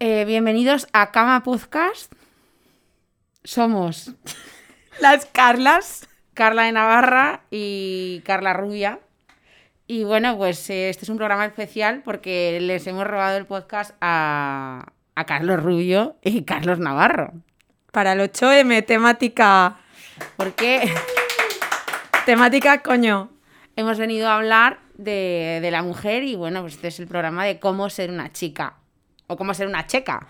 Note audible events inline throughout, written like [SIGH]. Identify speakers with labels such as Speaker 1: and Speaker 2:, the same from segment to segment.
Speaker 1: Eh, Bienvenidos a Cama Podcast. Somos
Speaker 2: Las Carlas.
Speaker 1: Carla de Navarra y Carla Rubia. Y bueno, pues eh, este es un programa especial porque les hemos robado el podcast a, a Carlos Rubio y Carlos Navarro.
Speaker 2: Para el 8M, temática.
Speaker 1: Porque
Speaker 2: Temática, coño.
Speaker 1: hemos venido a hablar de, de la mujer y bueno, pues este es el programa de cómo ser una chica o cómo ser una checa.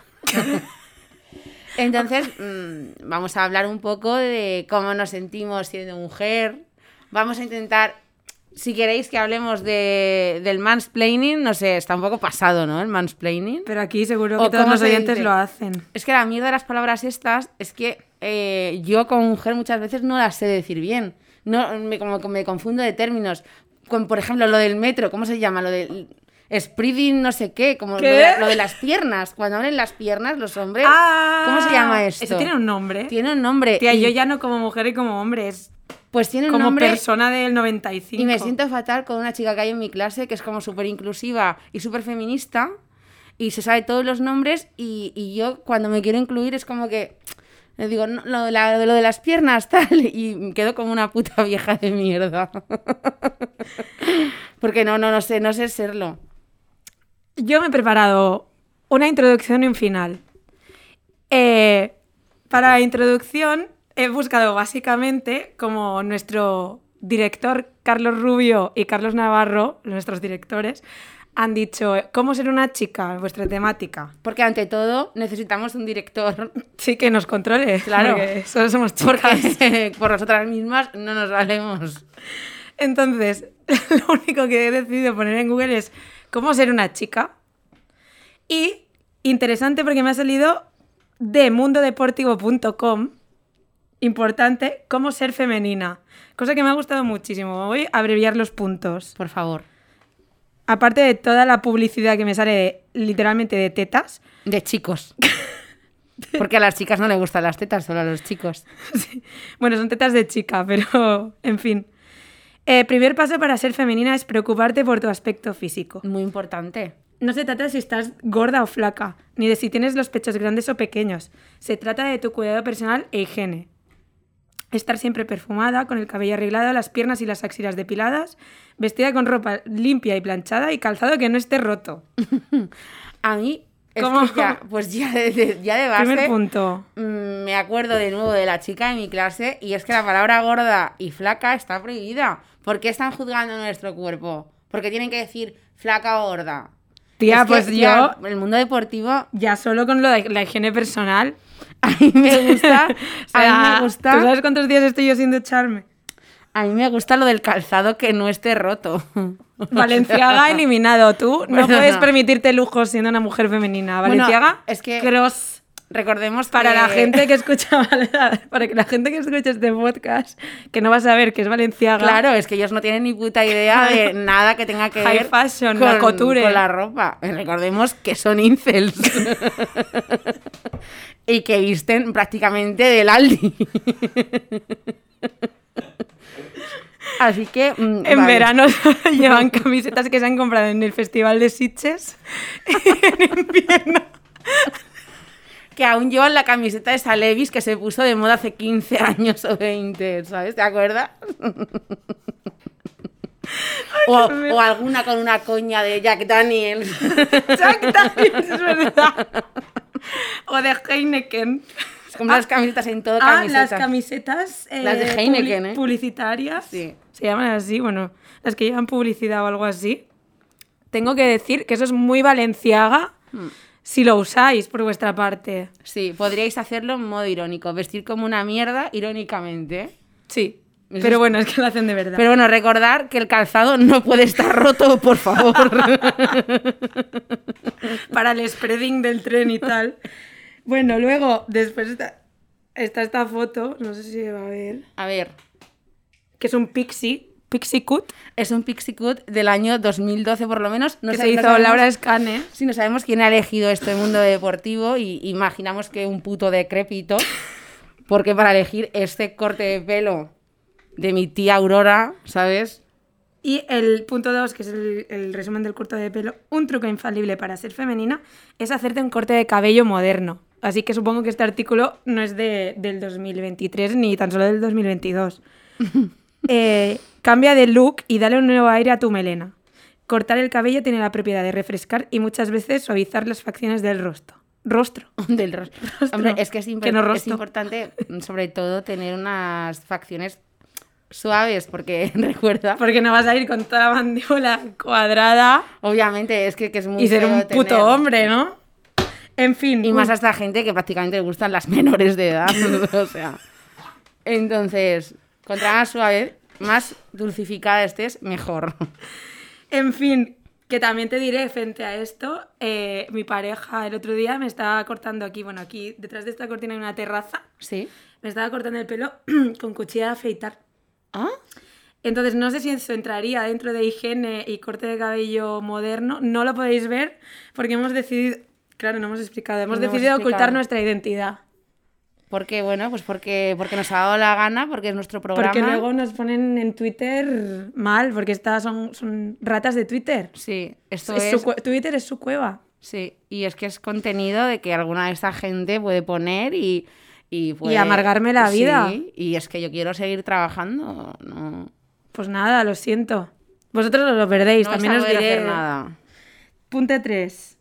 Speaker 1: Entonces, mm, vamos a hablar un poco de cómo nos sentimos siendo mujer. Vamos a intentar, si queréis que hablemos de, del mansplaining, no sé, está un poco pasado, ¿no? El mansplaining.
Speaker 2: Pero aquí seguro
Speaker 1: ¿O
Speaker 2: que todos
Speaker 1: cómo
Speaker 2: los
Speaker 1: se
Speaker 2: oyentes
Speaker 1: dice?
Speaker 2: lo hacen.
Speaker 1: Es que la mierda de las palabras estas es que eh, yo como mujer muchas veces no las sé decir bien. No, me, como que me confundo de términos. Con, por ejemplo, lo del metro, ¿cómo se llama? Lo del spreading no sé qué, como lo
Speaker 2: ¿Qué?
Speaker 1: de, lo de las piernas. Cuando abren las piernas los hombres, Eh, ¿cómo se llama esto?
Speaker 2: Eso Ah, tiene un nombre.
Speaker 1: Tiene un nombre.
Speaker 2: Tía,
Speaker 1: y-
Speaker 2: yo ya no como mujer y como hombre, es
Speaker 1: pues tiene un
Speaker 2: como
Speaker 1: nombre
Speaker 2: persona del 95.
Speaker 1: y me siento fatal con una chica que hay en mi clase que es como súper inclusiva y súper feminista y se sabe todos los nombres y, y yo cuando me quiero incluir es como que le digo "No, lo, de la- lo de las piernas [LAUGHS] tal y quedo como una puta vieja de mierda [LAUGHS] porque no no no sé no sé serlo
Speaker 2: Yo me he preparado una introducción y un final. Eh, para la introducción he buscado básicamente como nuestro director Carlos Rubio y Carlos Navarro, nuestros directores, han dicho "Eh, cómo ser una chica, vuestra temática.
Speaker 1: porque ante todo necesitamos un director [LAUGHS]
Speaker 2: Sí, que nos controle,
Speaker 1: Claro.
Speaker 2: claro. Solo somos chicas.
Speaker 1: porque por nosotras mismas no nos valemos
Speaker 2: Entonces, [LAUGHS] lo único que he decidido poner en Google es cómo ser una chica. Y interesante porque me ha salido de mundodeportivo.com, importante, cómo ser femenina. Cosa que me ha gustado muchísimo. Voy a abreviar los puntos.
Speaker 1: por favor
Speaker 2: Aparte de toda la publicidad que me sale de- literalmente de tetas,
Speaker 1: de chicos porque a las chicas no les gustan las tetas solo a los chicos
Speaker 2: Bueno, son tetas de chica, [LAUGHS] pero en fin. Eh, primer paso para ser femenina es preocuparte por tu aspecto físico.
Speaker 1: muy importante
Speaker 2: No se trata de si estás gorda o flaca, ni de si tienes los pechos grandes o pequeños. Se trata de tu cuidado personal e higiene. Estar siempre perfumada, con el cabello arreglado, las piernas y las axilas depiladas, vestida con ropa limpia y planchada y calzado que no esté roto.
Speaker 1: A mí, es
Speaker 2: ¿Cómo?
Speaker 1: que ya, pues ya de, de- ya de
Speaker 2: Primer
Speaker 1: base,
Speaker 2: punto.
Speaker 1: mm, me acuerdo de nuevo de la chica de mi clase y es que la palabra gorda y flaca está prohibida. ¿Por qué están juzgando nuestro cuerpo? Porque tienen que decir flaca o gorda.
Speaker 2: Tía,
Speaker 1: Es que,
Speaker 2: pues
Speaker 1: tía,
Speaker 2: yo
Speaker 1: El mundo deportivo [LAUGHS]
Speaker 2: ya solo con lo de la higiene personal.
Speaker 1: a mí me
Speaker 2: [LAUGHS]
Speaker 1: gusta.
Speaker 2: O sea,
Speaker 1: a mí me gusta.
Speaker 2: ¿Tú sabes cuántos días estoy yo
Speaker 1: [LAUGHS]
Speaker 2: sin ducharme?
Speaker 1: A mí me gusta lo del calzado que no esté roto. [LAUGHS]
Speaker 2: Valenciaga eliminado. Tú no
Speaker 1: Bueno,
Speaker 2: puedes
Speaker 1: no.
Speaker 2: permitirte lujos siendo una mujer femenina.
Speaker 1: Bueno,
Speaker 2: Valenciaga,
Speaker 1: es que-
Speaker 2: cross.
Speaker 1: Recordemos
Speaker 2: Para
Speaker 1: que-
Speaker 2: la gente que escucha, para que [LAUGHS] la gente que escucha este podcast, que no va a saber que es Valenciaga.
Speaker 1: Claro, es que ellos no tienen ni puta idea
Speaker 2: [LAUGHS]
Speaker 1: de nada que tenga que
Speaker 2: High
Speaker 1: ver
Speaker 2: fashion,
Speaker 1: con,
Speaker 2: la couture.
Speaker 1: con la ropa. Recordemos que son
Speaker 2: [LAUGHS]
Speaker 1: incels. y que visten prácticamente del Aldi. Así que... mm,
Speaker 2: En
Speaker 1: vale.
Speaker 2: verano [LAUGHS] llevan camisetas que se han comprado en el Festival de [LAUGHS] Sitges.
Speaker 1: Que aún llevan la camiseta de Salevis que se puso de moda hace 15 años o 20, ¿sabes? ¿Te
Speaker 2: [LAUGHS]
Speaker 1: acuerdas? o, o alguna con una coña de Jack Daniels.
Speaker 2: Jack Daniels, es verdad. O de Heineken.
Speaker 1: Es como Pues las camisetas en todo
Speaker 2: Ah,
Speaker 1: camiseta.
Speaker 2: las camisetas eh,
Speaker 1: Las de
Speaker 2: publi-
Speaker 1: Heineken, ¿eh?
Speaker 2: publicitarias.
Speaker 1: Sí.
Speaker 2: Se llaman así, bueno, las que llevan publicidad o algo así. Tengo que decir que eso es muy valenciaga si lo usáis por vuestra parte.
Speaker 1: Sí, podríais hacerlo en modo irónico, vestir como una mierda irónicamente.
Speaker 2: Sí.
Speaker 1: Eso
Speaker 2: Pero
Speaker 1: es-
Speaker 2: bueno, es que lo hacen de verdad.
Speaker 1: Pero bueno, recordar que el calzado no puede estar roto, por [LAUGHS] favor.
Speaker 2: Para el spreading del tren y tal. Bueno, luego, después está, está esta foto, no sé si se va a ver,
Speaker 1: A ver,
Speaker 2: que es un pixie, pixie cut,
Speaker 1: es un pixie cut del año 2012 por lo menos. No
Speaker 2: que
Speaker 1: sé-
Speaker 2: se
Speaker 1: no
Speaker 2: hizo
Speaker 1: sabemos-
Speaker 2: Laura Escane.
Speaker 1: Sí, no sabemos quién ha elegido este mundo deportivo y imaginamos que un puto decrépito, porque para elegir este corte de pelo de mi tía Aurora, ¿sabes?
Speaker 2: Y el punto 2, que es el, el resumen del corte de pelo, un truco infalible para ser femenina es hacerte un corte de cabello moderno. Así que supongo que este artículo no es de, del 2023 ni tan solo del 2022.
Speaker 1: [LAUGHS]
Speaker 2: Eh, cambia de look y dale un nuevo aire a tu melena. Cortar el cabello tiene la propiedad de refrescar y muchas veces suavizar las facciones del rostro. Rostro.
Speaker 1: [LAUGHS] Del rostro. Hombre, es que es, impor-
Speaker 2: Que no
Speaker 1: es
Speaker 2: rostro.
Speaker 1: importante, sobre todo, tener unas facciones suaves, porque [LAUGHS] recuerda, pues,
Speaker 2: Porque no vas a ir con toda la mandíbula cuadrada
Speaker 1: obviamente, es que, que es muy
Speaker 2: y ser
Speaker 1: feo
Speaker 2: un puto
Speaker 1: tener-
Speaker 2: hombre, ¿no? En fin.
Speaker 1: Y más
Speaker 2: un-
Speaker 1: a esta gente que prácticamente le gustan las [LAUGHS] menores de edad,
Speaker 2: [LAUGHS]
Speaker 1: o sea. Entonces, contra más suave, más dulcificada estés, mejor. [LAUGHS]
Speaker 2: En fin, que también te diré frente a esto, eh, mi pareja el otro día me estaba cortando aquí, bueno, aquí detrás de esta cortina hay una terraza,
Speaker 1: ¿Sí?
Speaker 2: me estaba cortando el pelo [CLEARS THROAT] con cuchilla de afeitar.
Speaker 1: ¿Ah?
Speaker 2: Entonces no sé si eso entraría dentro de higiene y corte de cabello moderno, no lo podéis ver porque hemos decidido, claro, no hemos explicado, hemos
Speaker 1: No hemos
Speaker 2: decidido ocultar
Speaker 1: explicado.
Speaker 2: nuestra identidad.
Speaker 1: Porque, bueno, pues porque, porque nos ha dado la gana, porque es nuestro programa.
Speaker 2: Porque luego nos ponen en Twitter mal, porque estas son, son ratas de Twitter.
Speaker 1: Sí, esto
Speaker 2: Es
Speaker 1: es.
Speaker 2: su cue- Twitter es su cueva.
Speaker 1: Sí, y es que es contenido de que alguna de esta gente puede poner y. Y, puede-
Speaker 2: amargarme la vida.
Speaker 1: Sí, y es que yo quiero seguir trabajando. No,
Speaker 2: Pues nada, lo siento. Vosotros os lo perdéis,
Speaker 1: no vais
Speaker 2: también
Speaker 1: a
Speaker 2: os
Speaker 1: poder
Speaker 2: diré.
Speaker 1: hacer nada.
Speaker 2: Punto 3.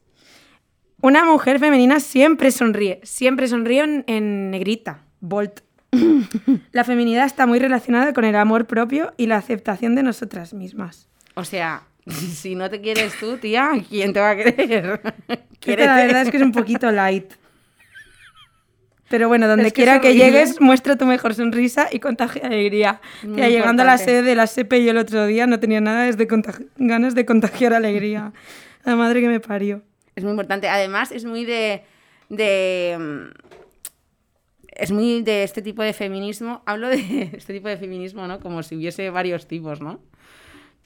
Speaker 2: Una mujer femenina siempre sonríe, siempre sonríe en, en negrita,
Speaker 1: [LAUGHS]
Speaker 2: Bolt. la feminidad está muy relacionada con el amor propio y la aceptación de nosotras mismas.
Speaker 1: O sea, [LAUGHS] si no te quieres tú, tía, ¿quién te va a querer? [LAUGHS]
Speaker 2: Esta, la verdad es que es un poquito light. Pero bueno, donde
Speaker 1: Es que
Speaker 2: quiera que
Speaker 1: sonríe.
Speaker 2: llegues, muestra tu mejor sonrisa y contagia alegría.
Speaker 1: Muy
Speaker 2: Ya llegando a la
Speaker 1: importante.
Speaker 2: sede de la SEPE yo el otro día no tenía nada desde contagi- ganas de contagiar alegría. La madre que me parió.
Speaker 1: Es muy importante. Además, es muy de. de mm, es muy de este tipo de feminismo. [LAUGHS] Hablo de este tipo de feminismo, ¿no? Como si hubiese varios tipos, ¿no?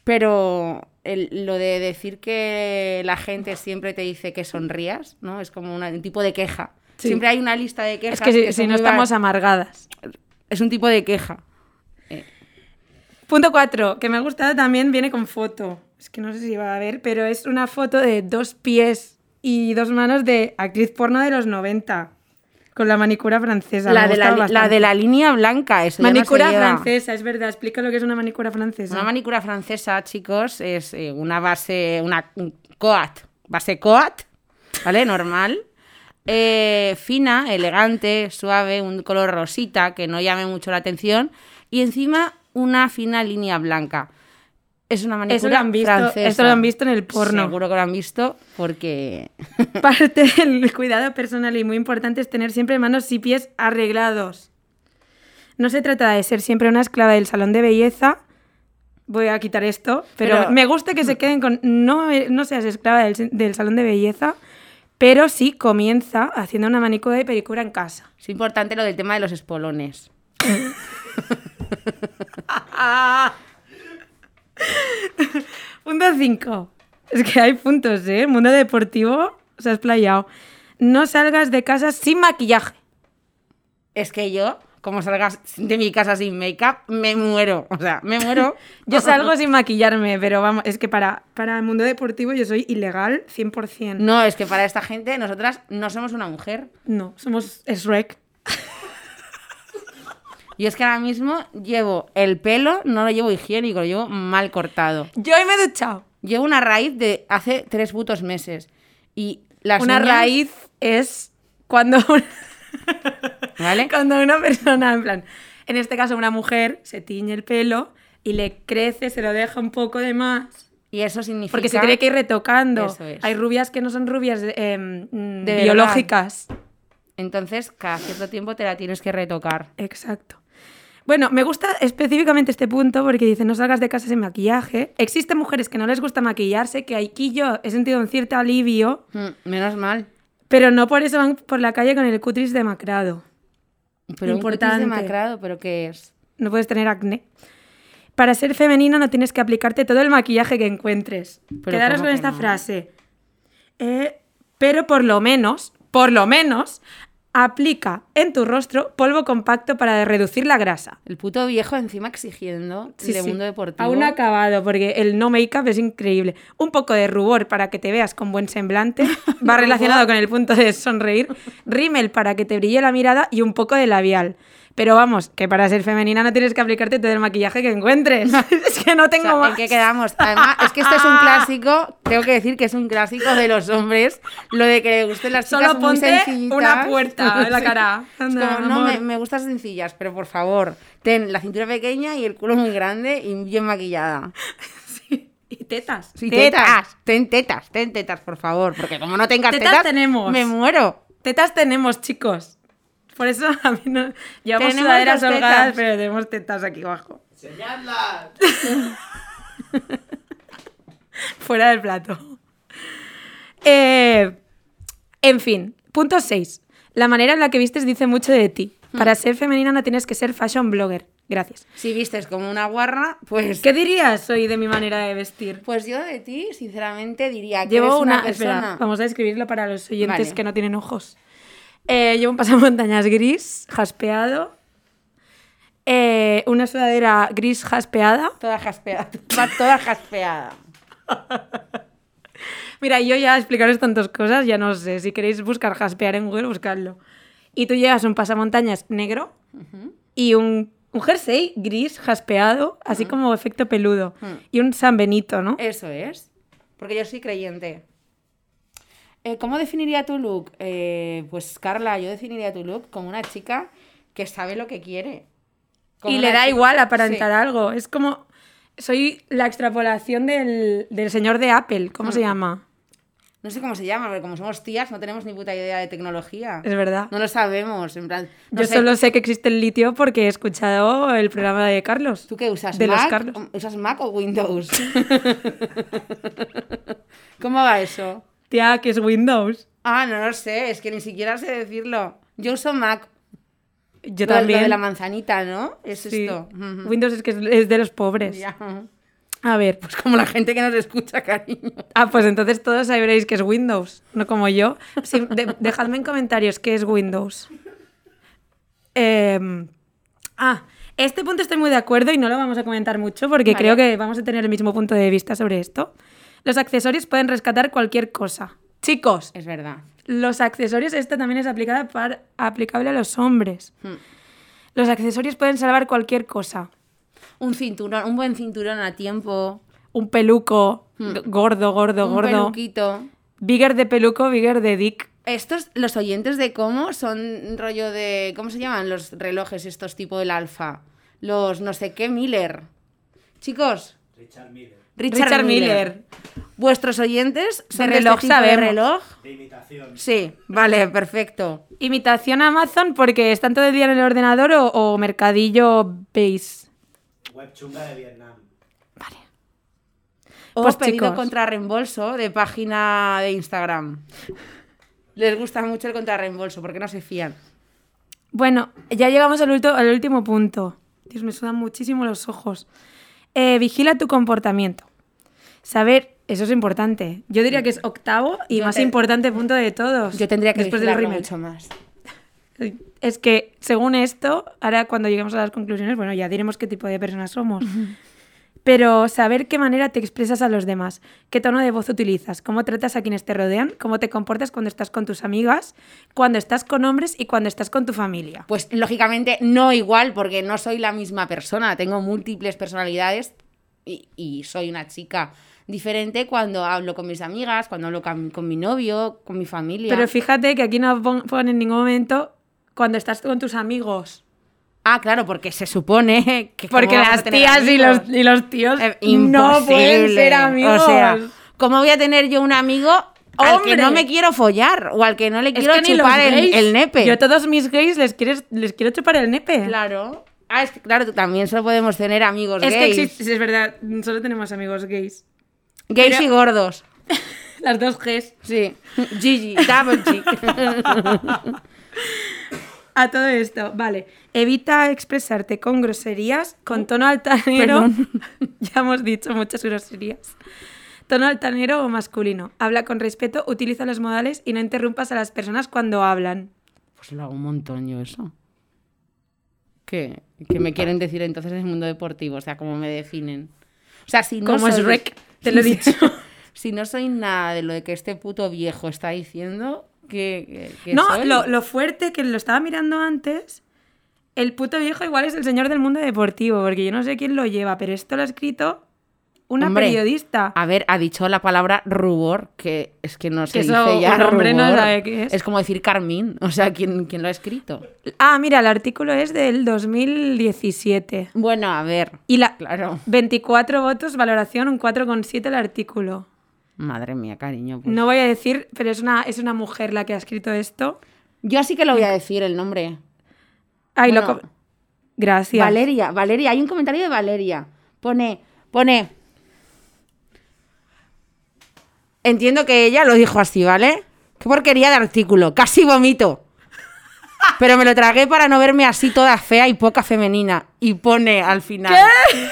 Speaker 1: Pero el- lo de decir que la gente siempre te dice que sonrías, ¿no? Es como una- un tipo de queja.
Speaker 2: Sí.
Speaker 1: Siempre hay una lista de quejas.
Speaker 2: Es que si,
Speaker 1: son
Speaker 2: si no
Speaker 1: muy
Speaker 2: estamos
Speaker 1: bar-
Speaker 2: amargadas.
Speaker 1: Es un tipo de queja.
Speaker 2: Punto 4, que me ha gustado también, viene con foto. Es que no sé si va a ver, pero es una foto de dos pies y dos manos de actriz porno de los 90. Con la manicura francesa. me
Speaker 1: La
Speaker 2: ha
Speaker 1: de la,
Speaker 2: gustado
Speaker 1: li- la de
Speaker 2: bastante.
Speaker 1: la línea blanca, eso ya no se
Speaker 2: Manicura
Speaker 1: lleva.
Speaker 2: francesa, es verdad. Explica lo que es una manicura francesa.
Speaker 1: Una manicura francesa, chicos, es eh, una base, una un coat, base coat, ¿vale? Normal. Eh, fina, elegante, suave, un color rosita que no llame mucho la atención. Y encima una fina línea blanca. Es una manicura
Speaker 2: Eso lo han visto,
Speaker 1: francesa.
Speaker 2: esto lo han visto en el porno.
Speaker 1: Seguro que lo han visto porque...
Speaker 2: [LAUGHS] Parte del cuidado personal y muy importante es tener siempre manos y pies arreglados. No se trata de ser siempre una esclava del salón de belleza. Voy a quitar esto, pero,
Speaker 1: Pero- mm.
Speaker 2: me gusta que se queden con. No, eh, no seas esclava del, se- del salón de belleza, pero sí comienza haciendo una manicura y pedicura en casa.
Speaker 1: Es importante lo del tema de los espolones.
Speaker 2: Punto 5. Es que hay puntos, ¿eh? El mundo deportivo se ha explayado. No salgas de casa sin maquillaje.
Speaker 1: Es que yo, como salgas de mi casa sin make-up, me muero. O sea, me muero.
Speaker 2: [LAUGHS] Yo salgo sin maquillarme, pero vamos, es que para, para el mundo deportivo yo soy ilegal 100%. No,
Speaker 1: No, es que para esta gente, nosotras no somos una mujer.
Speaker 2: somos E Shrek.
Speaker 1: Y es que ahora mismo llevo el pelo, no lo llevo higiénico, lo llevo mal cortado.
Speaker 2: Yo hoy me he duchado.
Speaker 1: Llevo una raíz de hace tres putos meses. Y las
Speaker 2: Una
Speaker 1: uñas,
Speaker 2: raíz es cuando, [LAUGHS]
Speaker 1: ¿Vale?
Speaker 2: cuando una persona, en plan, en este caso una mujer, se tiñe el pelo y le crece, se lo deja un poco de más.
Speaker 1: Y eso significa.
Speaker 2: Porque se tiene que ir retocando.
Speaker 1: Eso es.
Speaker 2: Hay rubias que no son rubias eh, mm,
Speaker 1: De
Speaker 2: biológicas.
Speaker 1: Entonces, cada cierto tiempo te la tienes que retocar.
Speaker 2: Exacto. Bueno, me gusta específicamente este punto porque dice, no salgas de casa sin maquillaje. Existen mujeres que no les gusta maquillarse, que aquí yo he sentido un cierto alivio,
Speaker 1: Mm, Menos mal.
Speaker 2: pero no por eso van por la calle con el cutris demacrado.
Speaker 1: Pero
Speaker 2: Importante.
Speaker 1: un cutis demacrado, pero ¿qué es?
Speaker 2: No puedes tener acné. Para ser femenina no tienes que aplicarte todo el maquillaje que encuentres.
Speaker 1: Pero
Speaker 2: Quedaros
Speaker 1: ¿cómo
Speaker 2: con
Speaker 1: que
Speaker 2: esta
Speaker 1: no?
Speaker 2: frase. Eh, pero por lo menos, por lo menos, Aplica en tu rostro polvo compacto para reducir la grasa.
Speaker 1: El puto viejo encima exigiendo
Speaker 2: Sí,
Speaker 1: el
Speaker 2: sí.
Speaker 1: mundo deportivo.
Speaker 2: Aún acabado, porque el no make-up es increíble. Un poco de rubor para que te veas con
Speaker 1: [LAUGHS]
Speaker 2: buen semblante. Va relacionado con el punto de sonreír. Rímel para que te brille la mirada y un poco de labial. Pero vamos, que para ser femenina no tienes que aplicarte todo el maquillaje que encuentres. [LAUGHS] es que no
Speaker 1: O
Speaker 2: tengo
Speaker 1: sea, ¿En
Speaker 2: más.
Speaker 1: qué quedamos? Además, es que este es
Speaker 2: [LAUGHS] Ah.
Speaker 1: un clásico, tengo que decir que es un clásico de los hombres, lo de que le gusten las chicas
Speaker 2: Solo
Speaker 1: muy
Speaker 2: ponte
Speaker 1: sencillitas.
Speaker 2: una puerta en
Speaker 1: [LAUGHS]
Speaker 2: la
Speaker 1: Sí.
Speaker 2: cara.
Speaker 1: Es
Speaker 2: Anda,
Speaker 1: como, no, me,
Speaker 2: amor.
Speaker 1: me gustan sencillas, pero por favor, ten la cintura pequeña y el culo muy grande y bien maquillada.
Speaker 2: Y tetas.
Speaker 1: Sí, tetas. Ten tetas, ten tetas, por favor, porque como no tengas
Speaker 2: Tetas
Speaker 1: tetas,
Speaker 2: tenemos.
Speaker 1: me muero.
Speaker 2: Tetas tenemos, chicos. Por eso a mí no... Llevamos
Speaker 1: Tenemos
Speaker 2: sudaderas
Speaker 1: las
Speaker 2: holgadas,
Speaker 1: tetas.
Speaker 2: pero tenemos tetas aquí abajo.
Speaker 3: ¡Señadla!
Speaker 2: [LAUGHS] Fuera del plato. Eh, en fin, punto 6. La manera en la que vistes dice mucho de ti.
Speaker 1: Mm.
Speaker 2: Para ser femenina no tienes que ser fashion blogger. Gracias.
Speaker 1: Si vistes como una guarra, pues...
Speaker 2: ¿Qué dirías hoy de mi manera de vestir?
Speaker 1: Pues yo de ti, sinceramente, diría que
Speaker 2: Llevo
Speaker 1: eres una,
Speaker 2: una.
Speaker 1: persona...
Speaker 2: espera, vamos a describirlo para los oyentes
Speaker 1: Vale.
Speaker 2: que no tienen ojos. Eh, llevo un pasamontañas gris, jaspeado. eh, una sudadera gris jaspeada.
Speaker 1: Toda jaspeada, va toda jaspeada.
Speaker 2: Mira, yo ya explicaros tantas cosas, ya no sé. Si queréis buscar jaspear en Google, buscadlo. Y tú llevas un pasamontañas negro y un, un jersey gris jaspeado, así
Speaker 1: Mm.
Speaker 2: como efecto peludo.
Speaker 1: Ujú.
Speaker 2: Y un San Benito, ¿no?
Speaker 1: Eso es. Porque yo soy creyente. Eh, ¿Cómo definiría tu look? Eh, pues Carla, yo definiría tu look como una chica que sabe lo que quiere. Como
Speaker 2: y
Speaker 1: una
Speaker 2: le da
Speaker 1: chica-
Speaker 2: igual aparentar
Speaker 1: Sí.
Speaker 2: algo. Es como. Soy la extrapolación del, del señor de Apple. ¿Cómo
Speaker 1: Mm.
Speaker 2: se llama?
Speaker 1: No sé cómo se llama, porque como somos tías no tenemos ni puta idea de tecnología.
Speaker 2: Es verdad.
Speaker 1: No lo sabemos, en plan... no
Speaker 2: Yo
Speaker 1: sé,
Speaker 2: solo sé que existe el litio porque he escuchado el programa de Carlos.
Speaker 1: ¿Tú qué usas?
Speaker 2: De los
Speaker 1: Mac?
Speaker 2: Carlos.
Speaker 1: ¿Usas Mac o [LAUGHS] Windows? ¿Cómo va eso?
Speaker 2: Tía, que es Windows.
Speaker 1: Ah, no lo sé, es que ni siquiera sé decirlo. Yo uso Mac.
Speaker 2: Yo
Speaker 1: Lo- lo
Speaker 2: también.
Speaker 1: de la manzanita, ¿no? Es
Speaker 2: Sí.
Speaker 1: esto. Ujú.
Speaker 2: Windows es que es- es de los pobres.
Speaker 1: Ya.
Speaker 2: A ver,
Speaker 1: Pues como la gente que nos escucha, cariño.
Speaker 2: ah, pues entonces todos sabréis que es Windows, no como yo. Sí, de- dejadme en comentarios qué es Windows. Em, ah, este punto estoy muy de acuerdo y no lo vamos a comentar mucho porque
Speaker 1: Vale.
Speaker 2: creo que vamos a tener el mismo punto de vista sobre esto. Los accesorios pueden rescatar cualquier cosa. Chicos,
Speaker 1: Es verdad.
Speaker 2: los accesorios, esta también es aplicada par- aplicable a los hombres.
Speaker 1: Hmm.
Speaker 2: Los accesorios pueden salvar cualquier cosa.
Speaker 1: Un cinturón, un buen cinturón a tiempo.
Speaker 2: Un peluco, g- gordo, gordo,
Speaker 1: Hmm. un
Speaker 2: gordo.
Speaker 1: peluquito.
Speaker 2: Bigger de peluco, bigger de dick.
Speaker 1: Estos, los oyentes de cómo son rollo de. ¿Cómo se llaman los relojes estos tipo del alfa? Los no sé qué Miller. Chicos,
Speaker 3: Richard Miller,
Speaker 1: Richard,
Speaker 2: Richard
Speaker 1: Miller. Vuestros oyentes son de,
Speaker 2: reloj
Speaker 1: este tipo de
Speaker 2: sabemos.
Speaker 1: reloj.
Speaker 3: de imitación.
Speaker 1: Sí, vale, perfecto.
Speaker 2: Imitación a Amazon porque están todo el día en el ordenador o, o mercadillo base.
Speaker 3: Web chunga de Vietnam.
Speaker 1: O
Speaker 2: Pues,
Speaker 1: pedido
Speaker 2: chicos.
Speaker 1: contrarreembolso de página de Instagram. Les gusta mucho el contrarreembolso porque no se fían.
Speaker 2: Bueno, ya llegamos al, ulto- al último punto. Dios, me sudan muchísimo los ojos. Eh, vigila tu comportamiento. Saber, eso es importante. Yo diría que es octavo y
Speaker 1: Mm. Yo
Speaker 2: más
Speaker 1: te-
Speaker 2: importante punto de todos.
Speaker 1: Yo tendría que
Speaker 2: después del
Speaker 1: vigilarlo
Speaker 2: rímel.
Speaker 1: mucho más.
Speaker 2: Es que, según esto, ahora cuando lleguemos a las conclusiones, bueno, ya diremos qué tipo de personas somos. Pero saber qué manera te expresas a los demás, qué tono de voz utilizas, cómo tratas a quienes te rodean, cómo te comportas cuando estás con tus amigas, cuando estás con hombres y cuando estás con tu familia.
Speaker 1: Pues lógicamente no igual porque no soy la misma persona, tengo múltiples personalidades y, y soy una chica diferente cuando hablo con mis amigas, cuando hablo con, con mi novio, con mi familia.
Speaker 2: Pero fíjate que aquí no pon- pone en ningún momento cuando estás con tus amigos.
Speaker 1: ah, claro, porque se supone que... ¿cómo
Speaker 2: Porque
Speaker 1: vamos a
Speaker 2: las
Speaker 1: tener
Speaker 2: tías y los,
Speaker 1: amigos?
Speaker 2: y los [LAUGHS] tíos
Speaker 1: Eh,
Speaker 2: no pueden
Speaker 1: imposible.
Speaker 2: ser amigos.
Speaker 1: O sea, ¿cómo voy a tener yo un amigo al que
Speaker 2: ¡Hombre!
Speaker 1: no me quiero follar o al que no le
Speaker 2: Es
Speaker 1: quiero
Speaker 2: que ni los
Speaker 1: chupar el,
Speaker 2: gays.
Speaker 1: el nepe?
Speaker 2: Yo a todos mis gays les, quieres, les quiero chupar el nepe.
Speaker 1: Claro. Ah, es que claro, también solo podemos tener amigos
Speaker 2: es
Speaker 1: gays.
Speaker 2: que existe, es verdad, solo tenemos amigos gays.
Speaker 1: Gays
Speaker 2: pero-
Speaker 1: y gordos.
Speaker 2: Las dos Gs.
Speaker 1: Sí. [LAUGHS] Gigi, double G.
Speaker 2: [LAUGHS] A todo esto, vale. Evita expresarte con groserías, con tono altanero. [LAUGHS] ya hemos dicho muchas groserías. Tono altanero o masculino. Habla con respeto, utiliza los modales y no interrumpas a las personas cuando hablan.
Speaker 1: Pues lo hago un montón yo eso. ¿Qué? ¿Qué me quieren decir entonces en el mundo deportivo? O sea, ¿cómo me definen? O sea, si no
Speaker 2: Como es
Speaker 1: soy-
Speaker 2: rec,
Speaker 1: [LAUGHS]
Speaker 2: te lo he dicho.
Speaker 1: Si no soy nada de lo que este puto viejo está diciendo, que
Speaker 2: No, lo, lo fuerte que lo estaba mirando antes, el puto viejo igual es el señor del mundo deportivo, porque yo no sé quién lo lleva, pero esto lo ha escrito una
Speaker 1: Hombre, Ah.
Speaker 2: periodista.
Speaker 1: A ver, ha dicho la palabra rubor, que es que no se
Speaker 2: Que eso
Speaker 1: dice ya
Speaker 2: un hombre no
Speaker 1: rubor.
Speaker 2: sabe qué es.
Speaker 1: como decir carmín, o sea, ¿quién, quién lo ha escrito?
Speaker 2: Ah, mira, el artículo es del 2017.
Speaker 1: Bueno, a ver,
Speaker 2: Y la
Speaker 1: claro.
Speaker 2: 24 votos, valoración, un 4,7 el artículo.
Speaker 1: Madre mía, cariño. pues.
Speaker 2: No voy a decir, pero es una, es una mujer la que ha escrito esto.
Speaker 1: Yo así que lo voy a decir el nombre.
Speaker 2: Ay,
Speaker 1: Bueno,
Speaker 2: lo co- Gracias.
Speaker 1: Valeria, Valeria, hay un comentario de Valeria. Pone, pone. Entiendo que ella lo dijo así, ¿vale? Qué porquería de artículo, casi vomito. Pero me lo tragué para no verme así toda fea y poca femenina. Y pone al final.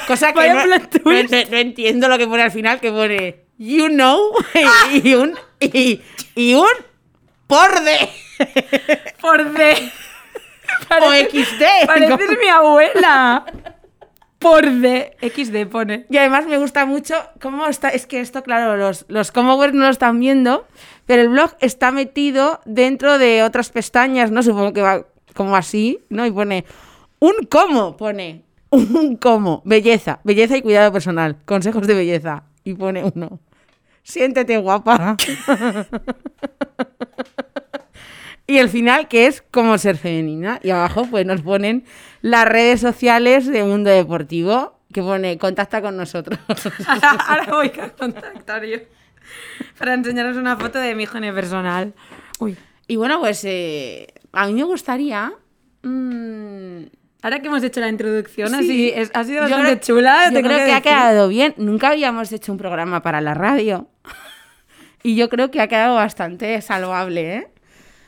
Speaker 1: Cosa que
Speaker 2: Vaya
Speaker 1: no,
Speaker 2: plot
Speaker 1: no ent- no entiendo lo que pone al final, que pone you know [LAUGHS] y un y, y un por de
Speaker 2: Por D.
Speaker 1: [LAUGHS] o
Speaker 2: Parece-
Speaker 1: XD. como-
Speaker 2: Pareces mi abuela. Por D. XD pone.
Speaker 1: Y además me gusta mucho cómo está. Es que esto, claro, los, los Commonwealth no lo están viendo, pero el blog está metido dentro de otras pestañas, ¿no? Supongo que va como así, ¿no? Y pone un como, pone un como, belleza, belleza y cuidado personal, consejos de belleza. Y pone uno, siéntete
Speaker 2: Ah.
Speaker 1: guapa. [LAUGHS] Y el final, que es cómo ser femenina. Y abajo, pues nos ponen las redes sociales de Mundo Deportivo, que pone contacta con nosotros. [LAUGHS]
Speaker 2: Ahora voy a contactar yo. Para enseñaros una foto de mi higiene personal. Uy.
Speaker 1: Y bueno, pues eh, a mí me gustaría. mm,
Speaker 2: Ahora que hemos hecho la introducción,
Speaker 1: Sí.
Speaker 2: así es- ha sido
Speaker 1: Yo
Speaker 2: bastante
Speaker 1: creo-
Speaker 2: chula.
Speaker 1: Yo
Speaker 2: tengo
Speaker 1: creo que, ha
Speaker 2: decir.
Speaker 1: quedado bien. Nunca habíamos hecho un programa para la radio. [LAUGHS] Y yo creo que ha quedado bastante salvable, ¿eh?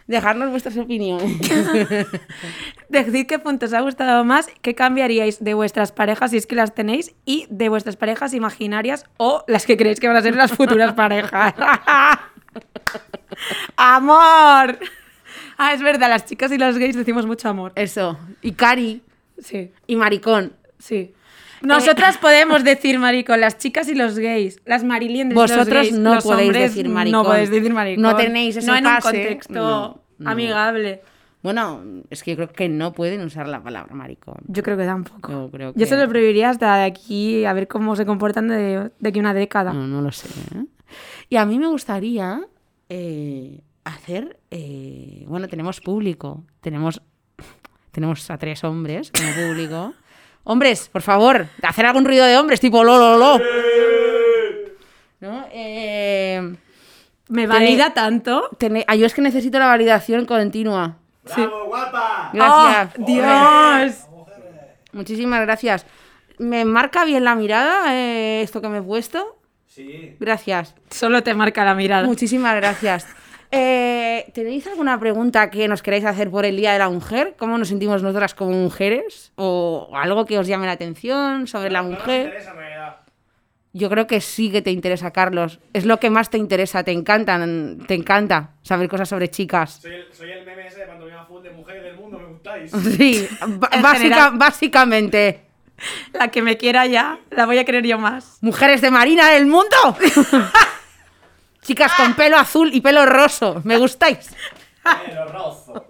Speaker 1: Dejarnos vuestras opiniones. [LAUGHS]
Speaker 2: Decid qué puntos os ha gustado más, qué cambiaríais de vuestras parejas si es que las tenéis y de vuestras parejas imaginarias o las que creéis que van a ser las
Speaker 1: [LAUGHS]
Speaker 2: futuras parejas. [LAUGHS] ¡Amor! Ah, es verdad, las chicas y los gays decimos mucho amor.
Speaker 1: Eso. Y Cari.
Speaker 2: Sí,
Speaker 1: Y Maricón.
Speaker 2: sí.
Speaker 1: Eh, [LAUGHS]
Speaker 2: Nosotras podemos decir maricón, las chicas y los gays, las mariliendes y los
Speaker 1: Vosotros
Speaker 2: gays,
Speaker 1: no
Speaker 2: los
Speaker 1: podéis
Speaker 2: hombres
Speaker 1: decir maricón.
Speaker 2: No podéis decir maricón.
Speaker 1: No tenéis ese
Speaker 2: No en
Speaker 1: pase.
Speaker 2: un contexto
Speaker 1: No, no.
Speaker 2: amigable.
Speaker 1: Bueno, es que yo creo que no pueden usar la palabra maricón.
Speaker 2: Yo creo que tampoco.
Speaker 1: Yo creo que...
Speaker 2: Yo se lo prohibiría hasta de aquí, a ver cómo se comportan de, de aquí una década.
Speaker 1: No, no lo sé. ¿eh? Y a mí me gustaría eh, hacer. eh, bueno, tenemos público. Tenemos, [LAUGHS] tenemos a tres hombres como público. hombres, por favor, hacer algún ruido de hombres, tipo lo, lo, lo. ¿No? Eh,
Speaker 2: ¿Me valida tanto?
Speaker 1: tene- ah, yo es que necesito la validación continua.
Speaker 3: ¡Bravo, guapa!
Speaker 1: Gracias.
Speaker 2: ¡Oh, ¡Dios!
Speaker 1: Muchísimas gracias. ¿Me marca bien la mirada eh, esto que me he puesto?
Speaker 3: Sí.
Speaker 1: Gracias.
Speaker 2: Solo te marca la mirada.
Speaker 1: Muchísimas gracias. Eh, ¿Tenéis alguna pregunta que nos queráis hacer por el Día de la Mujer? ¿Cómo nos sentimos nosotras como mujeres? ¿O algo que os llame la atención sobre la
Speaker 3: No nos
Speaker 1: mujer?
Speaker 3: interesa, en realidad.
Speaker 1: Yo creo que sí que te interesa, Carlos. Es lo que más te interesa, te encantan, te encanta saber cosas sobre chicas. [LAUGHS]
Speaker 3: Soy el, soy el meme ese de pantomima full de mujeres del mundo, me gustáis.
Speaker 1: Sí, ba-
Speaker 2: En
Speaker 1: básica-
Speaker 2: general.
Speaker 1: básicamente.
Speaker 2: La que me quiera ya, la voy a querer yo más.
Speaker 1: ¡Mujeres de Marina del mundo!
Speaker 2: [LAUGHS]
Speaker 1: Chicas con pelo azul y pelo roso, me gustáis.
Speaker 3: Pero rozo.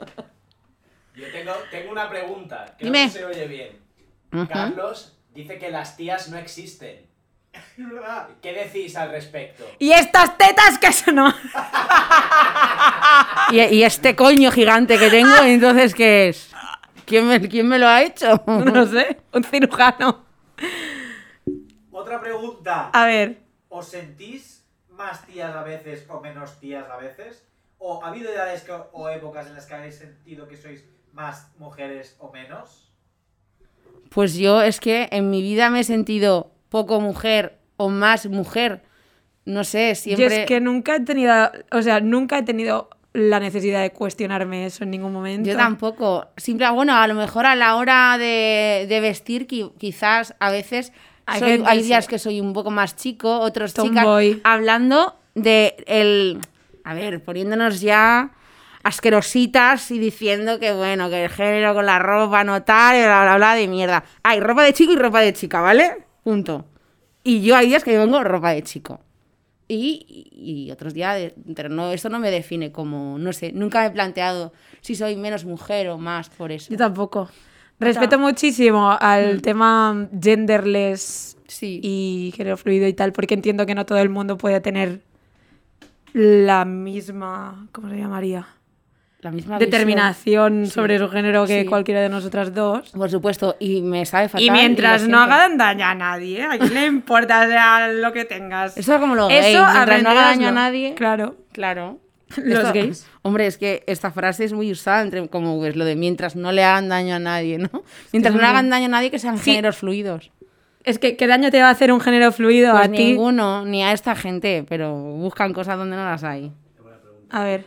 Speaker 3: Yo tengo, tengo una pregunta, que
Speaker 1: Dime.
Speaker 3: no sé si se oye bien. Carlos dice que las tías no
Speaker 1: [LAUGHS]
Speaker 3: existen. ¿Qué decís al respecto?
Speaker 2: Y estas tetas que eso [LAUGHS] no.
Speaker 1: Y, y este coño gigante que tengo, entonces, ¿qué es? ¿Quién me, quién me lo ha hecho?
Speaker 2: No sé, un cirujano.
Speaker 4: Otra pregunta.
Speaker 2: A ver,
Speaker 4: ¿Os sentís más tías a veces o menos tías a veces? ¿O ha habido edades que- o épocas en las que habéis sentido que sois más mujeres o menos?
Speaker 1: Pues yo es que en mi vida me he sentido poco mujer o más mujer. No sé, siempre...
Speaker 2: yo es que nunca he tenido, o sea, nunca he tenido la necesidad de cuestionarme eso en ningún momento.
Speaker 1: Yo tampoco. Siempre, bueno, a lo mejor a la hora de, de vestir, qui- quizás a veces
Speaker 2: Hay
Speaker 1: soy-
Speaker 2: gente,
Speaker 1: hay
Speaker 2: sí.
Speaker 1: días que soy un poco más chico, otros chicas
Speaker 2: Tomboy.
Speaker 1: hablando de el a ver, poniéndonos ya asquerositas y diciendo que bueno, que el género con la ropa no tal, y bla bla bla de mierda. Hay ropa de chico y ropa de chica, ¿vale? Punto. Y yo hay días que yo vengo ropa de chico. Y, y otros días, de- pero no, esto no me define como, no sé, nunca me he planteado si soy menos mujer o más por eso.
Speaker 2: Yo tampoco. Respeto muchísimo
Speaker 1: Mm.
Speaker 2: al tema genderless
Speaker 1: Sí.
Speaker 2: y género fluido y tal, porque entiendo que no todo el mundo puede tener la misma, ¿cómo se llamaría?
Speaker 1: La misma visión.
Speaker 2: Determinación sobre su género que
Speaker 1: Sí.
Speaker 2: cualquiera de nosotras dos.
Speaker 1: Por supuesto, y me sabe fatal.
Speaker 2: y mientras
Speaker 1: lo
Speaker 2: no
Speaker 1: siento.
Speaker 2: hagan daño a nadie, ¿eh? a quién le importa o sea, lo que tengas.
Speaker 1: Eso es como lo gay, mientras no haga daño a
Speaker 2: aprenderoslo.
Speaker 1: nadie.
Speaker 2: Claro.
Speaker 1: Claro.
Speaker 2: [LAUGHS] Los gays.
Speaker 1: Hombre, es que esta frase es muy usada entre como es lo de mientras no le hagan daño a nadie, ¿no? Mientras no le hagan daño a nadie que sean géneros fluidos.
Speaker 2: Es que qué daño te va a hacer un género fluido
Speaker 1: Pues
Speaker 2: a ti.
Speaker 1: ninguno, ni a esta gente, pero buscan cosas donde no las hay.
Speaker 2: A ver.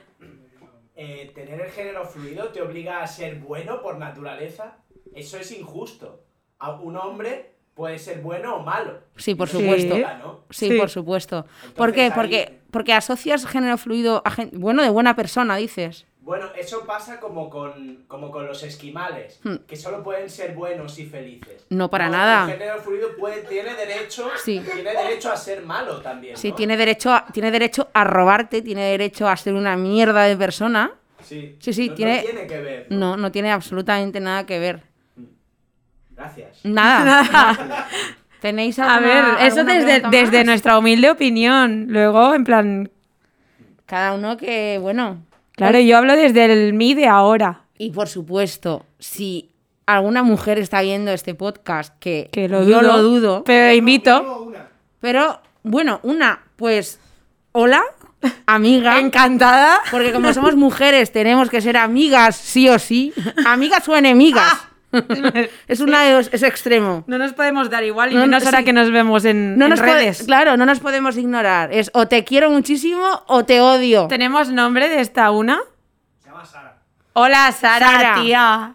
Speaker 3: Eh, tener el género fluido te obliga a ser bueno por naturaleza. Eso es injusto. A un hombre puede ser bueno o malo.
Speaker 1: Sí, por
Speaker 3: Eso
Speaker 1: supuesto.
Speaker 3: es verdad, ¿no?
Speaker 1: Sí,
Speaker 2: Sí.
Speaker 1: por supuesto.
Speaker 3: Entonces,
Speaker 1: ¿Por qué?
Speaker 3: ahí-
Speaker 1: Porque, porque asocias género fluido a gente, bueno, de buena persona, dices.
Speaker 3: Bueno, eso pasa como con, como con los esquimales,
Speaker 1: Hmm.
Speaker 3: que solo pueden ser buenos y felices.
Speaker 1: No, para nada.
Speaker 3: El género fluido puede, tiene, derecho,
Speaker 1: Sí.
Speaker 3: tiene derecho a ser malo también.
Speaker 1: Sí,
Speaker 3: ¿no?
Speaker 1: tiene derecho a, tiene derecho a robarte, tiene derecho a ser una mierda de persona.
Speaker 3: Sí,
Speaker 1: Sí, sí,
Speaker 3: No- no
Speaker 1: tiene-
Speaker 3: tiene que ver. ¿no?
Speaker 1: No, no tiene absolutamente nada que ver.
Speaker 3: Gracias.
Speaker 1: Mm. Nada.
Speaker 2: [LAUGHS]
Speaker 1: ¿Tenéis
Speaker 2: A ver,
Speaker 1: alguna-
Speaker 2: eso
Speaker 1: alguna
Speaker 2: desde,
Speaker 1: pregunta
Speaker 2: desde
Speaker 1: más?
Speaker 2: nuestra humilde opinión. Luego, en plan,
Speaker 1: Cada uno que, bueno.
Speaker 2: claro,
Speaker 1: Pues
Speaker 2: yo hablo desde el mí de ahora.
Speaker 1: Y por supuesto, si alguna mujer está viendo este podcast, que,
Speaker 2: Que lo
Speaker 1: yo
Speaker 2: dudo,
Speaker 1: lo dudo, pero,
Speaker 2: Pero invito.
Speaker 1: bueno, una, pues,
Speaker 2: [LAUGHS]
Speaker 1: hola, amiga.
Speaker 2: Encantada.
Speaker 1: Porque como somos mujeres, tenemos que ser amigas, sí o sí. Amigas o enemigas.
Speaker 2: Ah.
Speaker 1: [LAUGHS] es una de dos, es extremo.
Speaker 2: No nos podemos dar igual y
Speaker 1: No, no,
Speaker 2: menos ahora
Speaker 1: sí.
Speaker 2: que nos vemos en,
Speaker 1: No
Speaker 2: en
Speaker 1: nos puede-
Speaker 2: redes.
Speaker 1: claro, no nos podemos ignorar. Es o te quiero muchísimo o te odio.
Speaker 2: ¿Tenemos nombre de esta una?
Speaker 4: Se llama Sara.
Speaker 2: Hola, Sara,
Speaker 1: Sara.
Speaker 2: tía.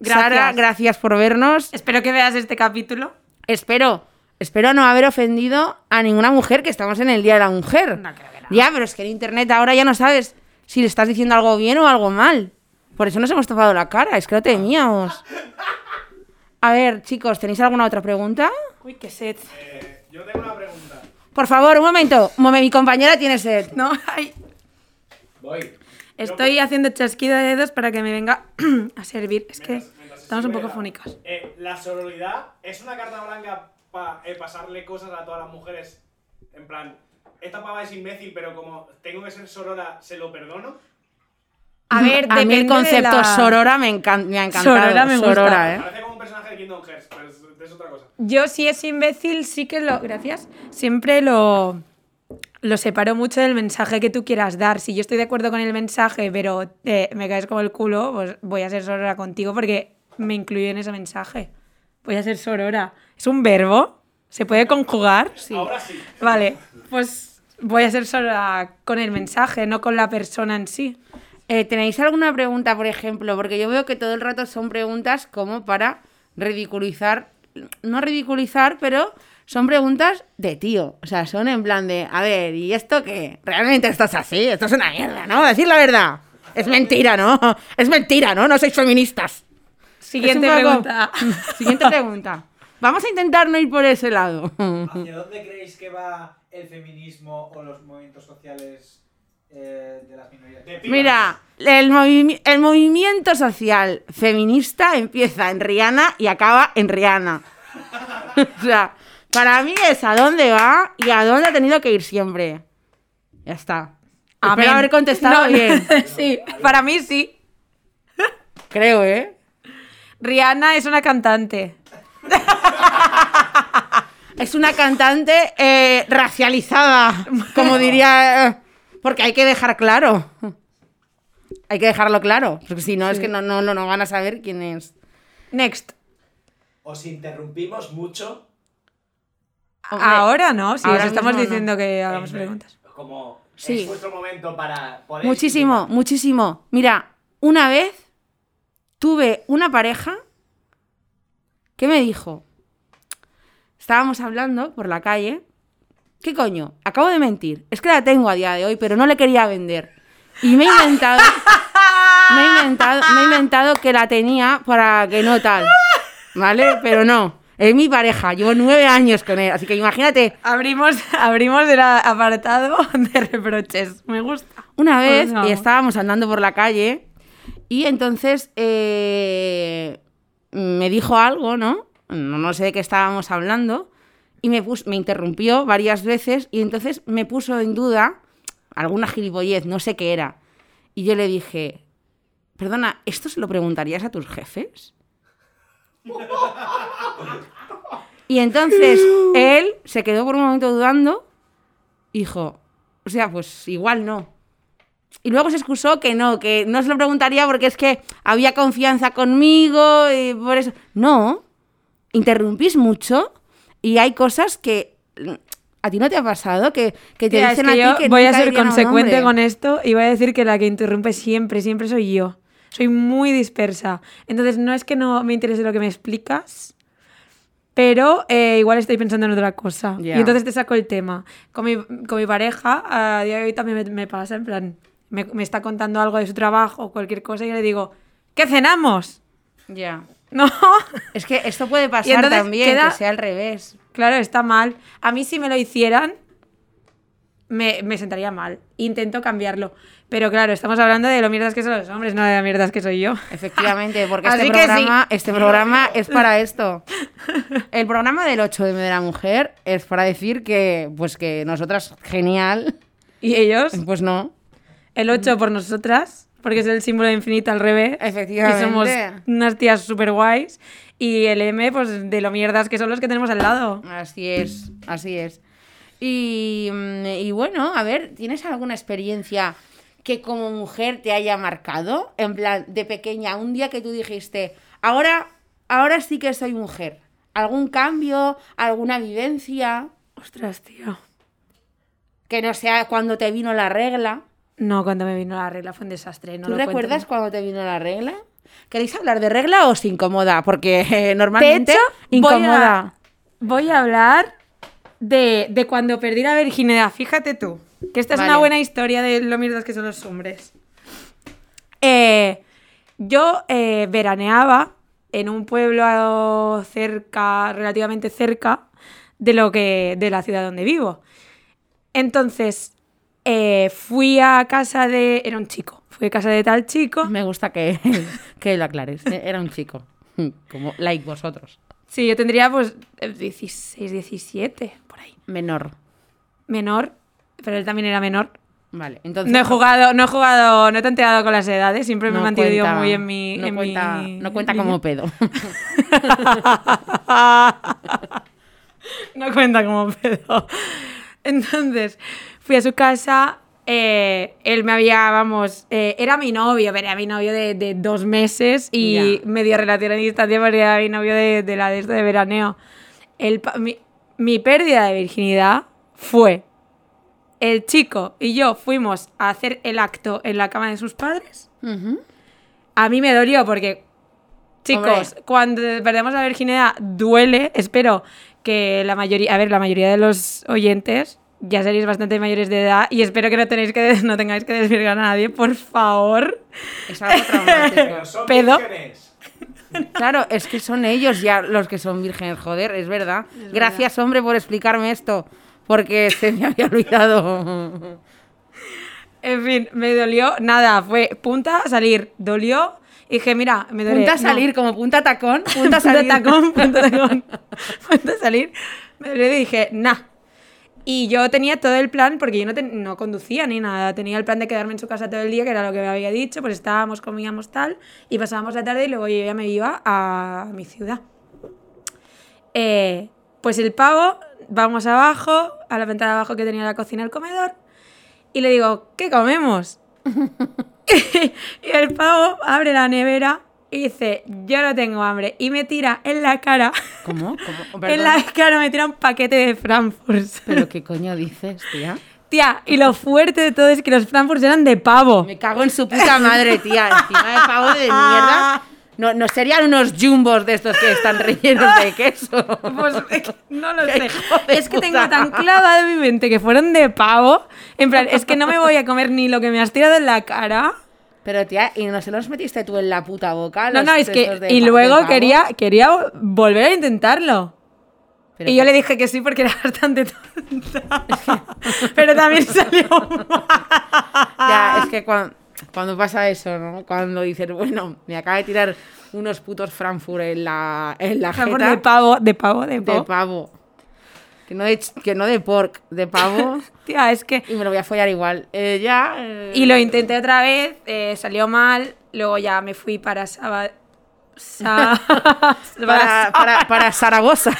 Speaker 2: Gracias.
Speaker 1: Sara, gracias por vernos.
Speaker 2: Espero que veas este capítulo.
Speaker 1: Espero, espero no haber ofendido a ninguna mujer que estamos en el Día de la Mujer.
Speaker 2: No creo que no.
Speaker 1: Ya, pero es que en internet ahora ya no sabes si le estás diciendo algo bien o algo mal. Por eso nos hemos tapado la cara, es que lo temíamos. A ver, chicos, ¿tenéis alguna otra pregunta?
Speaker 2: Uy, qué sed.
Speaker 5: Eh, yo tengo una pregunta.
Speaker 1: Por favor, un momento. Un momen- Mi compañera tiene sed.
Speaker 2: No, ay.
Speaker 3: Voy.
Speaker 2: Estoy haciendo chasquido de dedos para que me venga [CLEARS THROAT] a servir. Es que
Speaker 5: Mientras- mientras
Speaker 2: estamos un poco
Speaker 5: estuviera,
Speaker 2: fónicas.
Speaker 5: eh, la sororidad es una carta blanca para pasarle cosas a todas las mujeres. En plan, esta pava es imbécil, pero como tengo que ser sorora, se lo perdono.
Speaker 2: A ver,
Speaker 1: a mí el
Speaker 2: depende de
Speaker 1: concepto
Speaker 2: la-
Speaker 1: Sorora me, encan- me ha encantado.
Speaker 2: Sorora me gusta.
Speaker 1: Sorora, ¿eh?
Speaker 5: Parece como un personaje de Kingdom Hearts, pero es, es otra cosa.
Speaker 2: Yo si es imbécil, sí que lo... Gracias. Siempre lo, lo separo mucho del mensaje que tú quieras dar. Si yo estoy de acuerdo con el mensaje, pero eh, me caes como el culo, pues voy a ser sorora contigo porque me incluyo en ese mensaje. Voy a ser sorora. ¿Es un verbo? ¿Se puede conjugar? Sí.
Speaker 5: Ahora sí.
Speaker 2: Vale, pues voy a ser sorora con el mensaje, no con la persona en sí.
Speaker 1: Eh, ¿Tenéis alguna pregunta, por ejemplo? Porque yo veo que todo el rato son preguntas como para ridiculizar, no ridiculizar, pero son preguntas de tío. O sea, son en plan de, a ver, ¿y esto qué? ¿Realmente esto es así? Esto es una mierda, ¿no? Decir la verdad. Es mentira, ¿no? [LAUGHS] Es mentira, ¿no? No sois feministas.
Speaker 2: Siguiente
Speaker 1: Es un poco-
Speaker 2: pregunta.
Speaker 1: [LAUGHS] Siguiente pregunta. Vamos a intentar no ir por ese [LAUGHS] lado.
Speaker 4: ¿Hacia dónde creéis que va el feminismo o los movimientos sociales eh, de las minorías?
Speaker 5: De pibas.
Speaker 1: Mira, el, movimi- el movimiento social feminista empieza en Rihanna y acaba en Rihanna. [LAUGHS] o sea, para mí es a dónde va y a dónde ha tenido que ir siempre. Ya está.
Speaker 2: [LAUGHS] Amén.
Speaker 1: Espero haber contestado
Speaker 2: No,
Speaker 1: bien.
Speaker 2: [LAUGHS] sí, para mí sí.
Speaker 1: Creo, ¿eh?
Speaker 2: Rihanna es una cantante.
Speaker 1: Es una cantante eh, racializada, como
Speaker 2: [LAUGHS]
Speaker 1: diría... eh, porque hay que dejar claro. Hay que dejarlo claro. Porque si no, es que no, no, no, no van a saber quién es.
Speaker 2: Next.
Speaker 1: Oh,
Speaker 3: Os interrumpimos mucho
Speaker 1: Hombre,
Speaker 2: ahora no, si
Speaker 1: ahora
Speaker 2: os estamos
Speaker 1: mismo no.
Speaker 2: diciendo que hagamos
Speaker 3: Eh,
Speaker 2: preguntas.
Speaker 3: Como
Speaker 1: Sí.
Speaker 3: es vuestro momento para poder
Speaker 1: Muchísimo, muchísimo. Mira, una vez tuve una pareja que me dijo, estábamos hablando por la calle, ¿qué coño? Acabo de mentir, es que la tengo a día de hoy, pero no le quería vender. Y me he inventado. Me he inventado, me he inventado que la tenía para que no tal. ¿Vale? Pero no. Es mi pareja. Llevo nueve años con él. Así que imagínate.
Speaker 2: Abrimos, [LAUGHS] abrimos el a- apartado de reproches. Me gusta.
Speaker 1: Una vez
Speaker 2: Venga.
Speaker 1: y estábamos andando por la calle y entonces eh, me dijo algo, ¿no? No, no sé de qué estábamos hablando y me, pus- me interrumpió varias veces y entonces me puso en duda alguna gilipollez, no sé qué era. Y yo le dije, perdona, ¿esto se lo preguntarías a tus jefes? Y
Speaker 2: [GASPS]
Speaker 1: entonces él se quedó por un momento dudando Hijo, o sea, pues igual no. Y luego se excusó que no, que no se lo preguntaría porque es que había confianza conmigo y por eso. No, interrumpís mucho y hay cosas que mm, a ti no te ha pasado, que, que te
Speaker 2: Tía, es
Speaker 1: dicen
Speaker 2: que
Speaker 1: a ti
Speaker 2: yo
Speaker 1: que
Speaker 2: voy a
Speaker 1: nunca
Speaker 2: ser
Speaker 1: dirían un
Speaker 2: consecuente
Speaker 1: hombre.
Speaker 2: con esto y voy a decir que la que interrumpe siempre, siempre soy yo. Soy muy dispersa. Entonces no es que no me interese lo que me explicas, pero eh, igual estoy pensando en otra cosa.
Speaker 1: Ya.
Speaker 2: Y entonces te saco el tema. Con mi, con mi pareja, a día de hoy también me, me pasa, en plan, me, me está contando algo de su trabajo o cualquier cosa y yo le digo, ¿qué cenamos? [LAUGHS]
Speaker 1: Ya.
Speaker 2: No,
Speaker 1: Es que esto puede pasar
Speaker 2: e- entonces
Speaker 1: también,
Speaker 2: queda-
Speaker 1: que sea al revés.
Speaker 2: Claro, está mal. A mí si me lo hicieran, me, me sentaría mal. Intento cambiarlo. Pero claro, estamos hablando de lo mierdas que son los hombres, no de las mierdas que soy yo.
Speaker 1: Efectivamente, porque este
Speaker 2: Así que sí.
Speaker 1: programa, este programa es para esto. El programa del 8 de la mujer es para decir que, pues que nosotras, genial, [LAUGHS]
Speaker 2: Y ellos,
Speaker 1: pues no.
Speaker 2: el 8 por nosotras, porque es el símbolo de infinito al revés.
Speaker 1: Efectivamente.
Speaker 2: Y somos unas tías súper guays. Y el M, pues de lo mierdas que son los que tenemos al lado.
Speaker 1: Así es, así es. Y, mm, y bueno, a ver, ¿tienes alguna experiencia que como mujer te haya marcado? En plan, de pequeña, un día que tú dijiste, ahora, ahora sí que soy mujer. ¿Algún cambio? ¿Alguna vivencia?
Speaker 2: Ostras, tío.
Speaker 1: Que no sea cuando te vino la regla.
Speaker 2: No, cuando me vino la regla fue un desastre. No
Speaker 1: ¿Tú
Speaker 2: lo cuento.
Speaker 1: recuerdas cuando te vino la regla? ¿Queréis hablar de regla o os incomoda? Porque [LAUGHS] eh, normalmente
Speaker 2: hecho, voy a-
Speaker 1: incomoda.
Speaker 2: Voy a hablar de, de cuando perdí la virginidad. Fíjate tú, que esta es una
Speaker 1: Vale.
Speaker 2: buena historia de lo mierdas que son los hombres. Eh, yo eh, veraneaba en un pueblo cerca, relativamente cerca de lo que de la ciudad donde vivo. Entonces eh, fui a casa de era un chico, fui a casa de tal chico.
Speaker 1: Me gusta que, [LAUGHS] que lo aclares. [LAUGHS] Era un chico. Como like vosotros.
Speaker 2: Sí, yo tendría pues 16, 17 por ahí.
Speaker 1: Menor.
Speaker 2: menor, pero él también era menor.
Speaker 1: Vale. Entonces,
Speaker 2: No he jugado, no he jugado, no he tanteado con las edades, siempre me
Speaker 1: no
Speaker 2: he mantenido
Speaker 1: cuenta-
Speaker 2: muy en mi.
Speaker 1: No
Speaker 2: en
Speaker 1: cuenta,
Speaker 2: mi
Speaker 1: no cuenta
Speaker 2: línea. [LAUGHS]
Speaker 1: como pedo.
Speaker 2: no cuenta como pedo. [LAUGHS] Entonces, fui a su casa. eh, él me había, vamos, eh, era mi novio, pero era mi novio de, de dos meses y
Speaker 1: Ya.
Speaker 2: medio relación a distancia, pero era mi novio de, de la de esto de veraneo. El pa- mi, mi pérdida de virginidad fue el chico y yo fuimos a hacer el acto en la cama de sus padres.
Speaker 1: Ujú.
Speaker 2: A mí me dolió porque, chicos,
Speaker 1: Hombre.
Speaker 2: cuando perdemos la virginidad duele. Espero que la mayoría, a ver, la mayoría de los oyentes ya seréis bastante mayores de edad y espero que no, tenéis que [LAUGHS] no tengáis que desvirgar a nadie, por favor.
Speaker 1: Es algo traumático.
Speaker 2: [LAUGHS]
Speaker 5: Pero son
Speaker 2: Pedo.
Speaker 5: vírgenes.
Speaker 1: Claro, es que son ellos ya los que son vírgenes, joder, es verdad. Gracias, hombre, por explicarme esto. Porque se me había
Speaker 2: [LAUGHS]
Speaker 1: olvidado.
Speaker 2: En fin, me dolió nada, fue punta a salir, dolió. y Dije, mira, me duele.
Speaker 1: Punta a
Speaker 2: no.
Speaker 1: salir, como punta tacón. Punta a
Speaker 2: punta
Speaker 1: salir.
Speaker 2: tacón,
Speaker 1: [LAUGHS]
Speaker 2: punta tacón, punta salir. Me le dije, nah. Y yo tenía todo el plan, porque yo no, ten- no conducía ni nada, tenía el plan de quedarme en su casa todo el día, que era lo que me había dicho, pues estábamos, comíamos tal, y pasábamos la tarde y luego yo ya me iba a mi ciudad. Eh, pues el pavo, vamos abajo, a la ventana de abajo que tenía la cocina el comedor, y le digo, ¿qué comemos? y el pavo abre la nevera y dice, yo no tengo hambre. Y me tira en la cara, [LAUGHS]
Speaker 1: ¿Cómo? ¿Cómo?
Speaker 2: en
Speaker 1: Perdón.
Speaker 2: la [LAUGHS] cara me tira un paquete de Frankfurt.
Speaker 1: ¿Pero qué coño dices, tía?
Speaker 2: [LAUGHS] Tía, y lo fuerte de todo es que los Frankfurt eran de pavo.
Speaker 1: Me cago en su puta madre, tía. Encima de pavo de mierda. No, no serían unos jumbos de estos que están rellenos de queso.
Speaker 2: [LAUGHS] Pues es que no lo
Speaker 1: Qué
Speaker 2: sé.
Speaker 1: hijo de
Speaker 2: Es que tengo
Speaker 1: puta.
Speaker 2: tan clavado en mi mente que fueron de pavo. En plan, es que no me voy a comer ni lo que me has tirado en la cara.
Speaker 1: Pero tía, ¿y no se los metiste tú en la puta boca?
Speaker 2: No,
Speaker 1: los
Speaker 2: no, es que.
Speaker 1: trozos de
Speaker 2: Y
Speaker 1: pa- de
Speaker 2: luego
Speaker 1: pavo?
Speaker 2: quería, quería volver a intentarlo.
Speaker 1: Pero
Speaker 2: y yo le dije que sí porque era bastante tonta. [LAUGHS] Pero
Speaker 1: [LAUGHS]
Speaker 2: también salió mal.
Speaker 1: Ya, es que cuan- cuando, pasa eso, ¿no? Cuando dices, bueno, me acaba de tirar unos putos Frankfurt en la, en la
Speaker 2: Por
Speaker 1: jeta
Speaker 2: De pavo, de pavo, de
Speaker 1: de
Speaker 2: pavo.
Speaker 1: pavo. Que no de, ch- que no de pork, de pavo.
Speaker 2: Tía, es que.
Speaker 1: y me lo voy a follar igual. Eh, ya. eh,
Speaker 2: Y lo intenté otra vez, eh, salió mal. Luego ya me fui
Speaker 1: [LAUGHS]
Speaker 2: para Saba. Sa-
Speaker 1: para, para, para Zaragoza.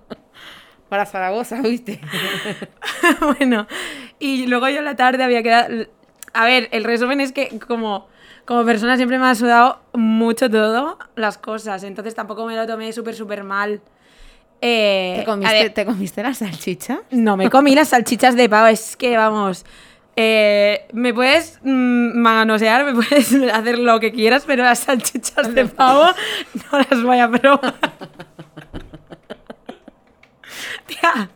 Speaker 1: [LAUGHS] para Zaragoza, ¿viste?
Speaker 2: [LAUGHS] Eh, bueno, y luego yo a la tarde había quedado... A ver, el resumen es que como, como persona siempre me ha sudado mucho todo, las cosas, entonces tampoco me lo tomé súper, súper mal. Eh,
Speaker 1: ¿Te
Speaker 2: a
Speaker 1: comiste,
Speaker 2: ver,
Speaker 1: ¿Te comiste la salchicha?
Speaker 2: no, me comí las salchichas de pavo, es que vamos... eh, me puedes mm, manosear, me puedes [LAUGHS] hacer lo que quieras, pero las salchichas de pavo no las voy a probar. [LAUGHS] Tía,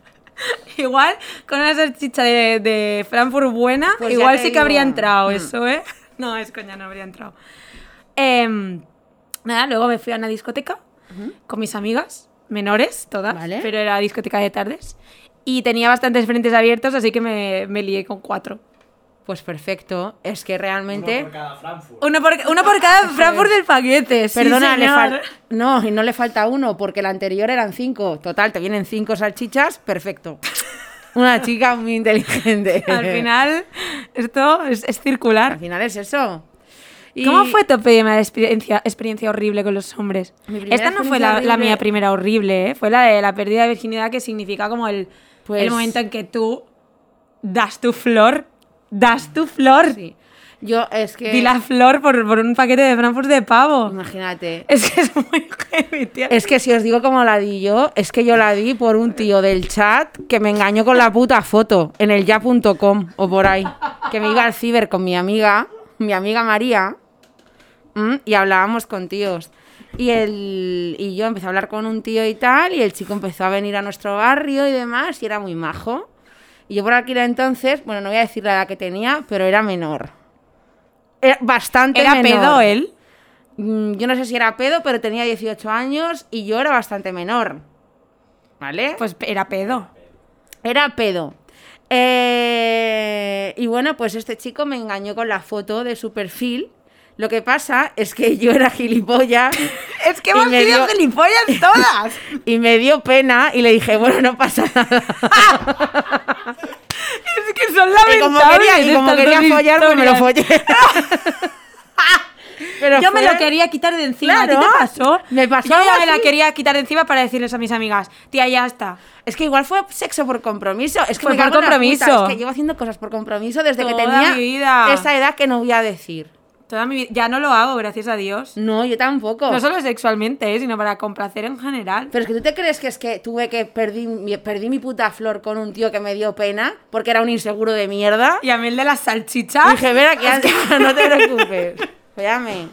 Speaker 2: igual con una salchicha de, de Frankfurt buena,
Speaker 1: Pues ya
Speaker 2: igual
Speaker 1: te
Speaker 2: sí que habría
Speaker 1: digo.
Speaker 2: entrado
Speaker 1: Mm.
Speaker 2: eso, ¿eh? No, es coña, no habría entrado. Em, nada, luego me fui a una discoteca con mis amigas, menores todas,
Speaker 1: Vale.
Speaker 2: pero era discoteca de tardes. Y tenía bastantes frentes abiertos, así que me, me lié con cuatro.
Speaker 1: Pues perfecto. Es que
Speaker 3: Uno
Speaker 1: realmente.
Speaker 3: por cada Frankfurt.
Speaker 2: Uno por, uno por
Speaker 1: [LAUGHS]
Speaker 2: cada Frankfurt del paquete. sí,
Speaker 1: Perdona, le
Speaker 2: señor.
Speaker 1: fal- no, y no le falta uno, porque la anterior eran cinco. Total, te vienen cinco salchichas,
Speaker 2: [LAUGHS]
Speaker 1: perfecto. Una chica muy inteligente.
Speaker 2: [LAUGHS] Al final, esto es- es circular.
Speaker 1: Al final es eso. Y-
Speaker 2: ¿Cómo fue tu primera experiencia, experiencia horrible con los hombres?
Speaker 1: Mi primera
Speaker 2: Esta no fue
Speaker 1: experiencia
Speaker 2: la, la
Speaker 1: horrible-
Speaker 2: mía primera horrible, ¿eh? fue la de la pérdida de virginidad que significa como el,
Speaker 1: Pues-
Speaker 2: el momento en que tú das tu flor, das tu flor,
Speaker 1: Sí. Yo es que.
Speaker 2: di la flor por, por un paquete de Frankfurt de pavo.
Speaker 1: Imagínate.
Speaker 2: Es que es muy heavy, tía.
Speaker 1: Es que si os digo cómo la di yo, es que yo la di por un tío del chat que me engañó con la puta foto en el ya.com o por ahí. Que me iba al ciber con mi amiga, mi amiga María, ¿m? y hablábamos con tíos. Y, el, y yo empecé a hablar con un tío y tal, y el chico empezó a venir a nuestro barrio y demás, y era muy majo. Y yo por aquel entonces, bueno, no voy a decir la edad que tenía, pero era menor. Era bastante
Speaker 2: Era
Speaker 1: menor.
Speaker 2: pedo él.
Speaker 1: Mm, Yo no sé si era pedo, pero tenía 18 años y yo era bastante menor. ¿Vale?
Speaker 2: Pues era pedo.
Speaker 1: Era pedo. Eh, y bueno, pues este chico me engañó con la foto de su perfil. Lo que pasa es que yo era gilipollas
Speaker 2: Es que
Speaker 1: Y
Speaker 2: hemos
Speaker 1: me dio-
Speaker 2: sido gilipollas todas.
Speaker 1: y me dio pena y le dije, bueno, no pasa nada.
Speaker 2: [LAUGHS] es que son
Speaker 1: Y
Speaker 2: lamentables.
Speaker 1: como quería, y como
Speaker 2: estas
Speaker 1: quería
Speaker 2: dos
Speaker 1: follar, pues me lo
Speaker 2: historias.
Speaker 1: follé. [LAUGHS] Pero
Speaker 2: Yo me
Speaker 1: fue-
Speaker 2: lo quería quitar de encima.
Speaker 1: Claro.
Speaker 2: ¿A ti te pasó?
Speaker 1: Me pasó
Speaker 2: Yo ya
Speaker 1: algo
Speaker 2: me la
Speaker 1: así.
Speaker 2: quería quitar de encima para decirles a mis amigas, tía, ya está.
Speaker 1: Es que igual fue sexo por compromiso. Es que
Speaker 2: Fue
Speaker 1: me
Speaker 2: por
Speaker 1: cago en la
Speaker 2: compromiso.
Speaker 1: puta, Es que llevo haciendo cosas por compromiso desde que
Speaker 2: Toda
Speaker 1: tenía
Speaker 2: mi vida.
Speaker 1: esa edad que no voy a decir.
Speaker 2: Toda mi vida. Ya no lo hago, gracias a Dios.
Speaker 1: No, yo tampoco.
Speaker 2: No solo sexualmente, eh, sino para complacer en general.
Speaker 1: Pero es que tú te crees que es que tuve que perdí, mi- perdí mi puta flor con un tío que me dio pena porque era un inseguro de mierda.
Speaker 2: Y a mí el de las [LAUGHS] salchichas.
Speaker 1: Dije, verá que has- no te preocupes. Espérame.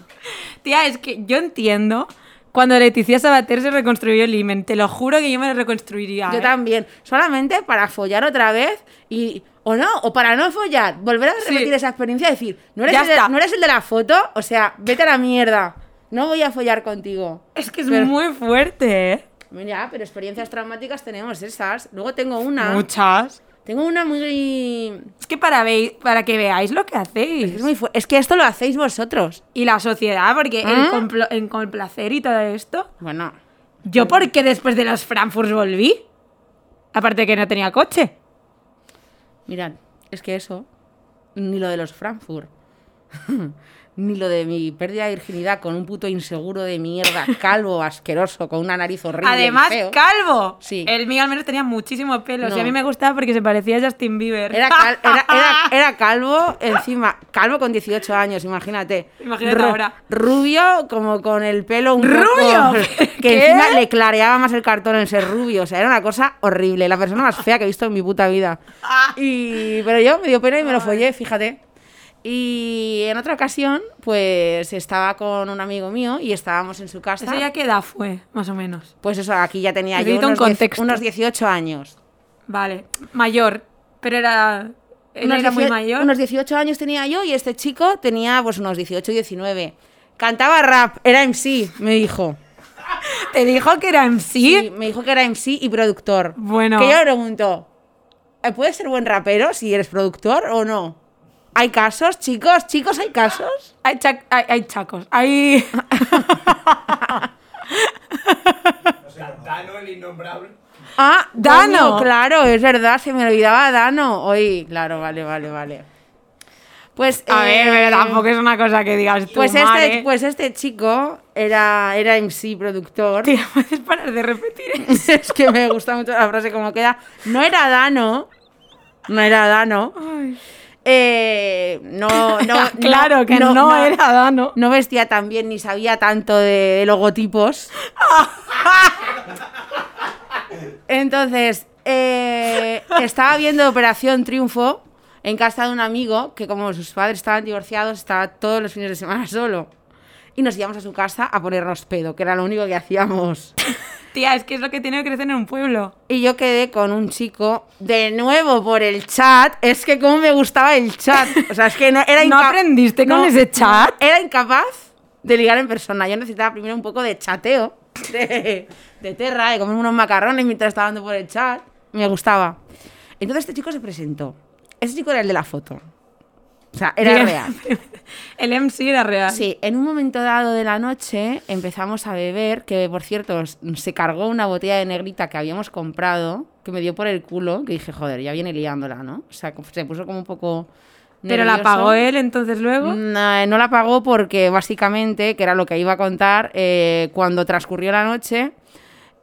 Speaker 2: Tía, es que yo entiendo cuando Leticia Sabater se reconstruyó el imen. Te lo juro que yo me lo reconstruiría.
Speaker 1: Yo
Speaker 2: eh.
Speaker 1: también. Solamente para follar otra vez y. O no, o para no follar. Volver a
Speaker 2: Sí.
Speaker 1: repetir esa experiencia y decir, ¿no eres,
Speaker 2: Ya
Speaker 1: el de,
Speaker 2: está.
Speaker 1: no eres el de la foto, o sea, vete a la mierda. No voy a follar contigo.
Speaker 2: Es que es
Speaker 1: Pero-
Speaker 2: muy fuerte, ¿eh?
Speaker 1: Mira, pero experiencias traumáticas tenemos esas. Luego tengo una.
Speaker 2: Muchas.
Speaker 1: Tengo una muy.
Speaker 2: Es que para, veis, para que veáis lo que hacéis.
Speaker 1: Es, muy fu- es que esto lo hacéis vosotros.
Speaker 2: Y la sociedad, porque el
Speaker 1: ¿Ah?
Speaker 2: complo- en complacer y todo esto.
Speaker 1: Bueno,
Speaker 2: ¿Yo
Speaker 1: Mm.
Speaker 2: por qué después de los Frankfurt volví? Aparte que no tenía coche.
Speaker 1: mirad, es que eso, ni lo de los Frankfurt, [LAUGHS] ni lo de mi pérdida de virginidad con un puto inseguro de mierda, [LAUGHS] calvo, asqueroso, con una nariz horrible. y
Speaker 2: Además,
Speaker 1: feo.
Speaker 2: calvo.
Speaker 1: Sí.
Speaker 2: El mío al menos tenía muchísimo pelo.
Speaker 1: No.
Speaker 2: Y a mí me gustaba porque se parecía a Justin Bieber.
Speaker 1: Era, cal- era- era- era calvo, encima, calvo con 18 años, imagínate.
Speaker 2: Imagínate ahora.
Speaker 1: Rubio, como con el pelo un
Speaker 2: ¡Rubio!
Speaker 1: poco- [LAUGHS] que
Speaker 2: ¿Qué?
Speaker 1: encima le clareaba más el cartón el ser rubio. O sea, era una cosa horrible. La
Speaker 2: Ah.
Speaker 1: persona más fea que he visto en mi puta vida. Y, pero yo me dio pena y me lo follé, fíjate. Y en otra ocasión, pues estaba con un amigo mío y estábamos en su casa.
Speaker 2: [LAUGHS] ¿Eso ya qué edad fue, más o menos?
Speaker 1: Pues eso, aquí ya tenía yo
Speaker 2: Necesito un
Speaker 1: unos, diez-
Speaker 2: contexto.
Speaker 1: unos 18 años.
Speaker 2: Vale, mayor, pero era, él
Speaker 1: unos
Speaker 2: era muy
Speaker 1: 18
Speaker 2: mayor.
Speaker 1: Unos 18 años tenía yo y este chico tenía pues unos 18, 19. Cantaba rap, era MC, me dijo.
Speaker 2: ¿Te dijo que era en
Speaker 1: Sí, me dijo que era MC y productor.
Speaker 2: Bueno.
Speaker 1: Que yo le pregunto, ¿eh, ¿puedes ser buen rapero si eres productor o no? ¿Hay casos, chicos? ¿Chicos hay casos?
Speaker 2: Hay, chac- hay- hay chacos, hay...
Speaker 5: Dano el innombrable.
Speaker 1: Ah,
Speaker 2: Dano.
Speaker 1: coño, claro, es verdad, se me olvidaba Dano. Hoy, claro, vale, vale, vale. Pues
Speaker 2: [LAUGHS] A
Speaker 1: eh,
Speaker 2: ver, pero tampoco es una cosa que digas tú,
Speaker 1: pues este,
Speaker 2: mare.
Speaker 1: pues este chico era, era MC productor.
Speaker 2: [LAUGHS] Tía, puedes parar de [LAUGHS] repetir.
Speaker 1: [LAUGHS] es que me gusta mucho la frase como queda. No era Dano. No era Dano. Eh,
Speaker 2: [LAUGHS]
Speaker 1: no, no,
Speaker 2: claro que no, era Dano.
Speaker 1: No vestía tan bien ni sabía tanto de
Speaker 2: [LAUGHS]
Speaker 1: logotipos. Entonces, eh, estaba viendo Operación Triunfo en casa de un amigo que como sus padres estaban divorciados, estaba todos los fines de semana solo. Y nos íbamos a su casa a ponernos pedo, que era lo único que hacíamos.
Speaker 2: Tía, es que es lo que tiene que crecer en un pueblo.
Speaker 1: Y yo quedé con un chico, de nuevo por el chat. Es que cómo me gustaba el chat. O sea, es que no era
Speaker 2: [LAUGHS] ¿No
Speaker 1: inca-
Speaker 2: aprendiste con ese chat?
Speaker 1: Era incapaz de ligar en persona. Yo necesitaba primero un poco de chateo, de, de terra, de comer unos macarrones mientras estaba andando por el chat. Me gustaba. Entonces este chico se presentó. Ese chico era el de la foto. O sea, era
Speaker 2: Bien.
Speaker 1: real.
Speaker 2: El MC era real.
Speaker 1: Sí, en un momento dado de la noche empezamos a beber, que por cierto s- se cargó una botella de negrita que habíamos comprado, que me dio por el culo, que dije, joder, ya viene liándola, ¿no? O sea, co- se puso como un poco...
Speaker 2: Pero la
Speaker 1: nervioso.
Speaker 2: pagó él entonces luego.
Speaker 1: No, no la pagó porque básicamente, que era lo que iba a contar, eh, cuando transcurrió la noche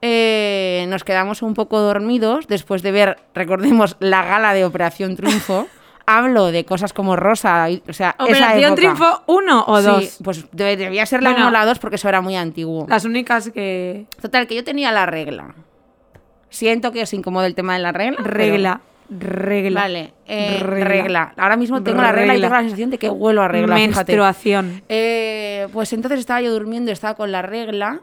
Speaker 1: eh, nos quedamos un poco dormidos después de ver, recordemos, la gala de Operación
Speaker 2: [LAUGHS]
Speaker 1: Triunfo. Hablo de cosas como Rosa, o sea, esa
Speaker 2: Operación
Speaker 1: época.
Speaker 2: Triunfo 1 o 2.
Speaker 1: Sí, pues debe- debía ser la
Speaker 2: Bueno.
Speaker 1: 1 o la 2 porque eso era muy antiguo.
Speaker 2: Las únicas que.
Speaker 1: Total, que yo tenía la regla. Siento que os incomoda el tema de la regla. pero-
Speaker 2: Regla. Regla.
Speaker 1: Vale, eh, regla.
Speaker 2: Regla.
Speaker 1: Ahora mismo tengo la regla y
Speaker 2: Regla.
Speaker 1: tengo la sensación de que huelo a regla. Fíjate.
Speaker 2: Menstruación.
Speaker 1: Eh, pues entonces estaba yo durmiendo, estaba con la regla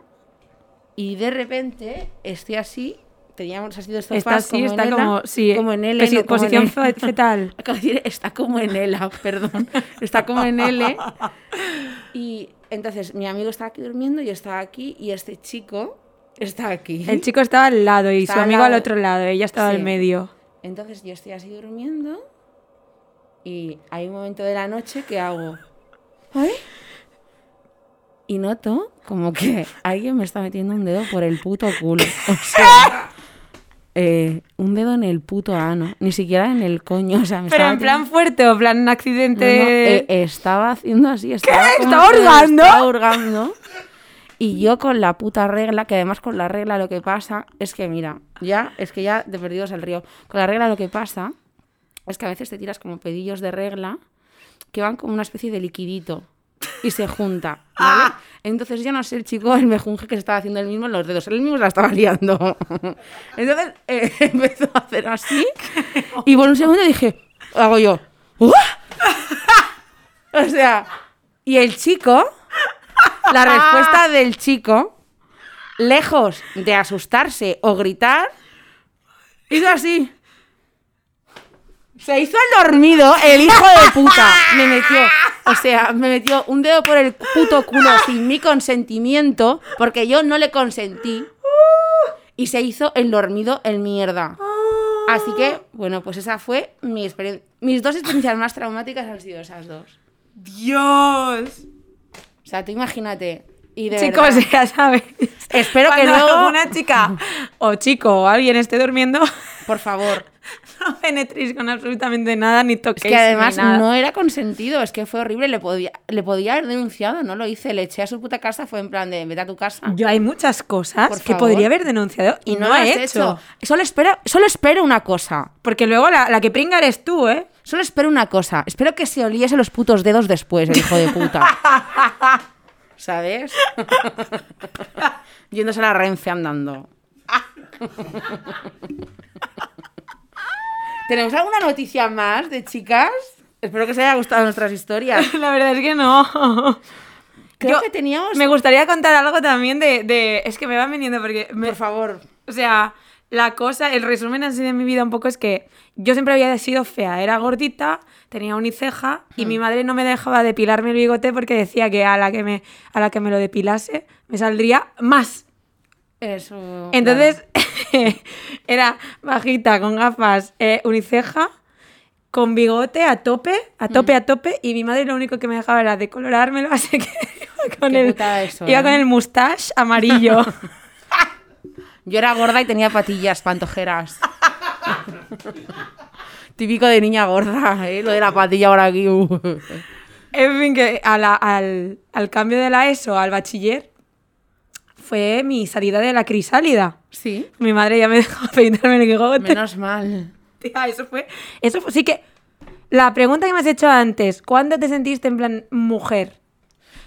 Speaker 1: y de repente estoy así. Teníamos así dos
Speaker 2: Está
Speaker 1: sofás
Speaker 2: así,
Speaker 1: como
Speaker 2: está
Speaker 1: en Ela-
Speaker 2: como. Sí,
Speaker 1: como en L,
Speaker 2: posi-
Speaker 1: no, como en E.
Speaker 2: posición
Speaker 1: L.
Speaker 2: fe- fetal.
Speaker 1: Acabo de decir, está como en L, perdón. Está como en L. Y entonces mi amigo estaba aquí durmiendo, yo estaba aquí y este chico está aquí.
Speaker 2: El chico estaba al lado y
Speaker 1: Está
Speaker 2: su
Speaker 1: al
Speaker 2: amigo
Speaker 1: lado.
Speaker 2: al otro lado. Ella estaba
Speaker 1: Sí.
Speaker 2: al medio.
Speaker 1: Entonces yo estoy así durmiendo y hay un momento de la noche que hago. "Ay". Y noto como que alguien me está metiendo un dedo por el puto culo. O sea, eh, un dedo en el puto ano, ni siquiera en el coño. O sea, me
Speaker 2: Pero
Speaker 1: estaba
Speaker 2: en plan
Speaker 1: metiendo-
Speaker 2: fuerte o plan
Speaker 1: No, no, eh,
Speaker 2: accidente.
Speaker 1: estaba haciendo así. Estaba
Speaker 2: ¿Qué?
Speaker 1: como
Speaker 2: ¿Estaba
Speaker 1: que
Speaker 2: hurgando?
Speaker 1: Estaba hurgando. Y yo con la puta regla, que además con la regla lo que pasa es que, mira, ya, es que ya de perdidos el río. Con la regla lo que pasa es que a veces te tiras como pedillos de regla que van como una especie de liquidito y se
Speaker 2: [LAUGHS]
Speaker 1: junta, ¿vale? Entonces yo no sé, el chico, el mejunje que se estaba haciendo el mismo en los dedos, él mismo se la estaba liando. [LAUGHS] Entonces eh, [LAUGHS] empezó a hacer así y por un segundo dije, hago
Speaker 2: [LAUGHS]
Speaker 1: yo, "¡Uah!". O sea, y el chico, la respuesta del chico, lejos de asustarse o gritar, hizo así. Se hizo el dormido, el hijo de puta. Me metió, o sea, me metió un dedo por el puto culo sin mi consentimiento, porque yo no le consentí. Y se hizo el dormido, el mierda. Así que, bueno, pues esa fue mi experiencia. Mis dos experiencias más traumáticas han sido esas dos.
Speaker 2: ¡Dios!
Speaker 1: O sea, tú imagínate. Y de
Speaker 2: Chicos,
Speaker 1: verdad,
Speaker 2: [LAUGHS] ya sabéis.
Speaker 1: [LAUGHS] espero que
Speaker 2: Cuando
Speaker 1: luego,
Speaker 2: una chica o chico o alguien esté durmiendo, [LAUGHS]
Speaker 1: por [LAUGHS] favor,
Speaker 2: no penetréis con absolutamente nada ni
Speaker 1: Es
Speaker 2: toquéis.
Speaker 1: que además
Speaker 2: ni nada.
Speaker 1: no era consentido, es que fue horrible, le podía, le podía haber denunciado, no lo hice, le eché a su puta casa, fue en plan de vete a tu casa.
Speaker 2: Yo hay muchas cosas
Speaker 1: Por
Speaker 2: que
Speaker 1: favor.
Speaker 2: podría haber denunciado y no,
Speaker 1: lo
Speaker 2: he
Speaker 1: has
Speaker 2: hecho.
Speaker 1: Solo espero, solo espero una cosa.
Speaker 2: Porque luego la, la que pringa eres tú, ¿eh? [LAUGHS]
Speaker 1: Solo espero una cosa. Espero que se oliese los putos dedos después, el hijo de [LAUGHS] puta. ¿Sabes? [LAUGHS] Yéndose a la renfe andando. [LAUGHS] ¿Tenemos alguna noticia más de chicas? Espero que os haya gustado nuestras historias.
Speaker 2: La verdad es que no.
Speaker 1: Creo
Speaker 2: Yo-
Speaker 1: que teníamos.
Speaker 2: Me gustaría contar algo también de. de- es que me van viniendo porque. me-
Speaker 1: Por favor.
Speaker 2: o sea, la cosa, el resumen así de mi vida un poco es que yo siempre había sido fea. Era gordita, tenía uniceja y
Speaker 1: Mm.
Speaker 2: mi madre no me dejaba depilarme el bigote porque decía que a la que me, a la que me lo depilase me saldría más.
Speaker 1: Eso.
Speaker 2: Entonces, [LAUGHS] era bajita, con gafas, eh, uniceja, con bigote a tope, a
Speaker 1: Mm.
Speaker 2: tope, a tope, y mi madre lo único que me dejaba era decolorármelo, [LAUGHS] así que iba con,
Speaker 1: Qué
Speaker 2: el,
Speaker 1: putada eso,
Speaker 2: iba
Speaker 1: ¿eh?
Speaker 2: con el mustache
Speaker 1: [LAUGHS]
Speaker 2: amarillo. [LAUGHS]
Speaker 1: claro. Yo era gorda y tenía patillas, pantojeras. [LAUGHS] Típico de niña gorda, ¿eh? Lo de la patilla ahora aquí. uh.
Speaker 2: en fin, que a la- al, al cambio de la ESO al bachiller fue mi salida de la crisálida.
Speaker 1: Sí.
Speaker 2: Mi madre ya me [LAUGHS] dejó peinarme el bigote. [LAUGHS]
Speaker 1: Menos mal.
Speaker 2: Tía, eso fue. Eso fue. Sí que. La pregunta que me has hecho antes, ¿cuándo te sentiste en plan mujer?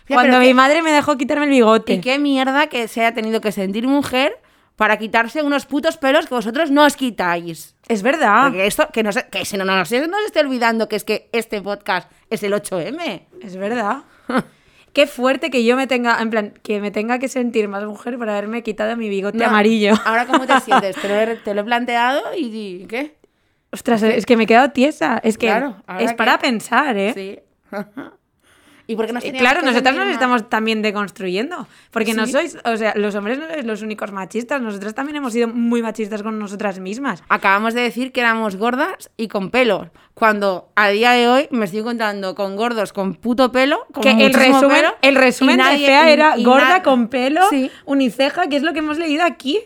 Speaker 1: Ya,
Speaker 2: Cuando
Speaker 1: pero
Speaker 2: mi
Speaker 1: qué-
Speaker 2: madre me dejó quitarme el bigote.
Speaker 1: Y qué mierda que se haya tenido que sentir mujer para quitarse unos putos pelos que vosotros no os quitáis.
Speaker 2: Es verdad.
Speaker 1: Porque esto, que no se, que se no, no, se nos esté olvidando que es que este podcast es el 8M.
Speaker 2: Es verdad. [LAUGHS] qué fuerte que yo me tenga, en plan, que me tenga que sentir más mujer por haberme quitado mi bigote
Speaker 1: No,
Speaker 2: amarillo.
Speaker 1: [LAUGHS] Ahora, ¿cómo te sientes? Te lo he, te lo he planteado y, y ¿qué?
Speaker 2: [LAUGHS] Ostras, es que me he quedado tiesa. Es que
Speaker 1: Claro, ahora
Speaker 2: es
Speaker 1: que-
Speaker 2: para pensar, ¿eh?
Speaker 1: Sí. [LAUGHS] ¿Y por qué nos
Speaker 2: Eh,
Speaker 1: teníamos
Speaker 2: Claro,
Speaker 1: que
Speaker 2: nosotras
Speaker 1: sentir
Speaker 2: nos
Speaker 1: mal?
Speaker 2: estamos también deconstruyendo. Porque no
Speaker 1: Sí.
Speaker 2: sois, o sea, los hombres no sois los únicos machistas. Nosotras también hemos sido muy machistas con nosotras mismas.
Speaker 1: Acabamos de decir que éramos gordas y con pelo. Cuando a día de hoy me estoy encontrando con gordos con puto pelo, con
Speaker 2: que el
Speaker 1: muchísimo
Speaker 2: resumen,
Speaker 1: pelo,
Speaker 2: el resumen
Speaker 1: y
Speaker 2: de
Speaker 1: nadie-
Speaker 2: fea
Speaker 1: y-
Speaker 2: era
Speaker 1: y
Speaker 2: gorda
Speaker 1: na-
Speaker 2: con pelo,
Speaker 1: Sí.
Speaker 2: uniceja, que es lo que hemos leído aquí.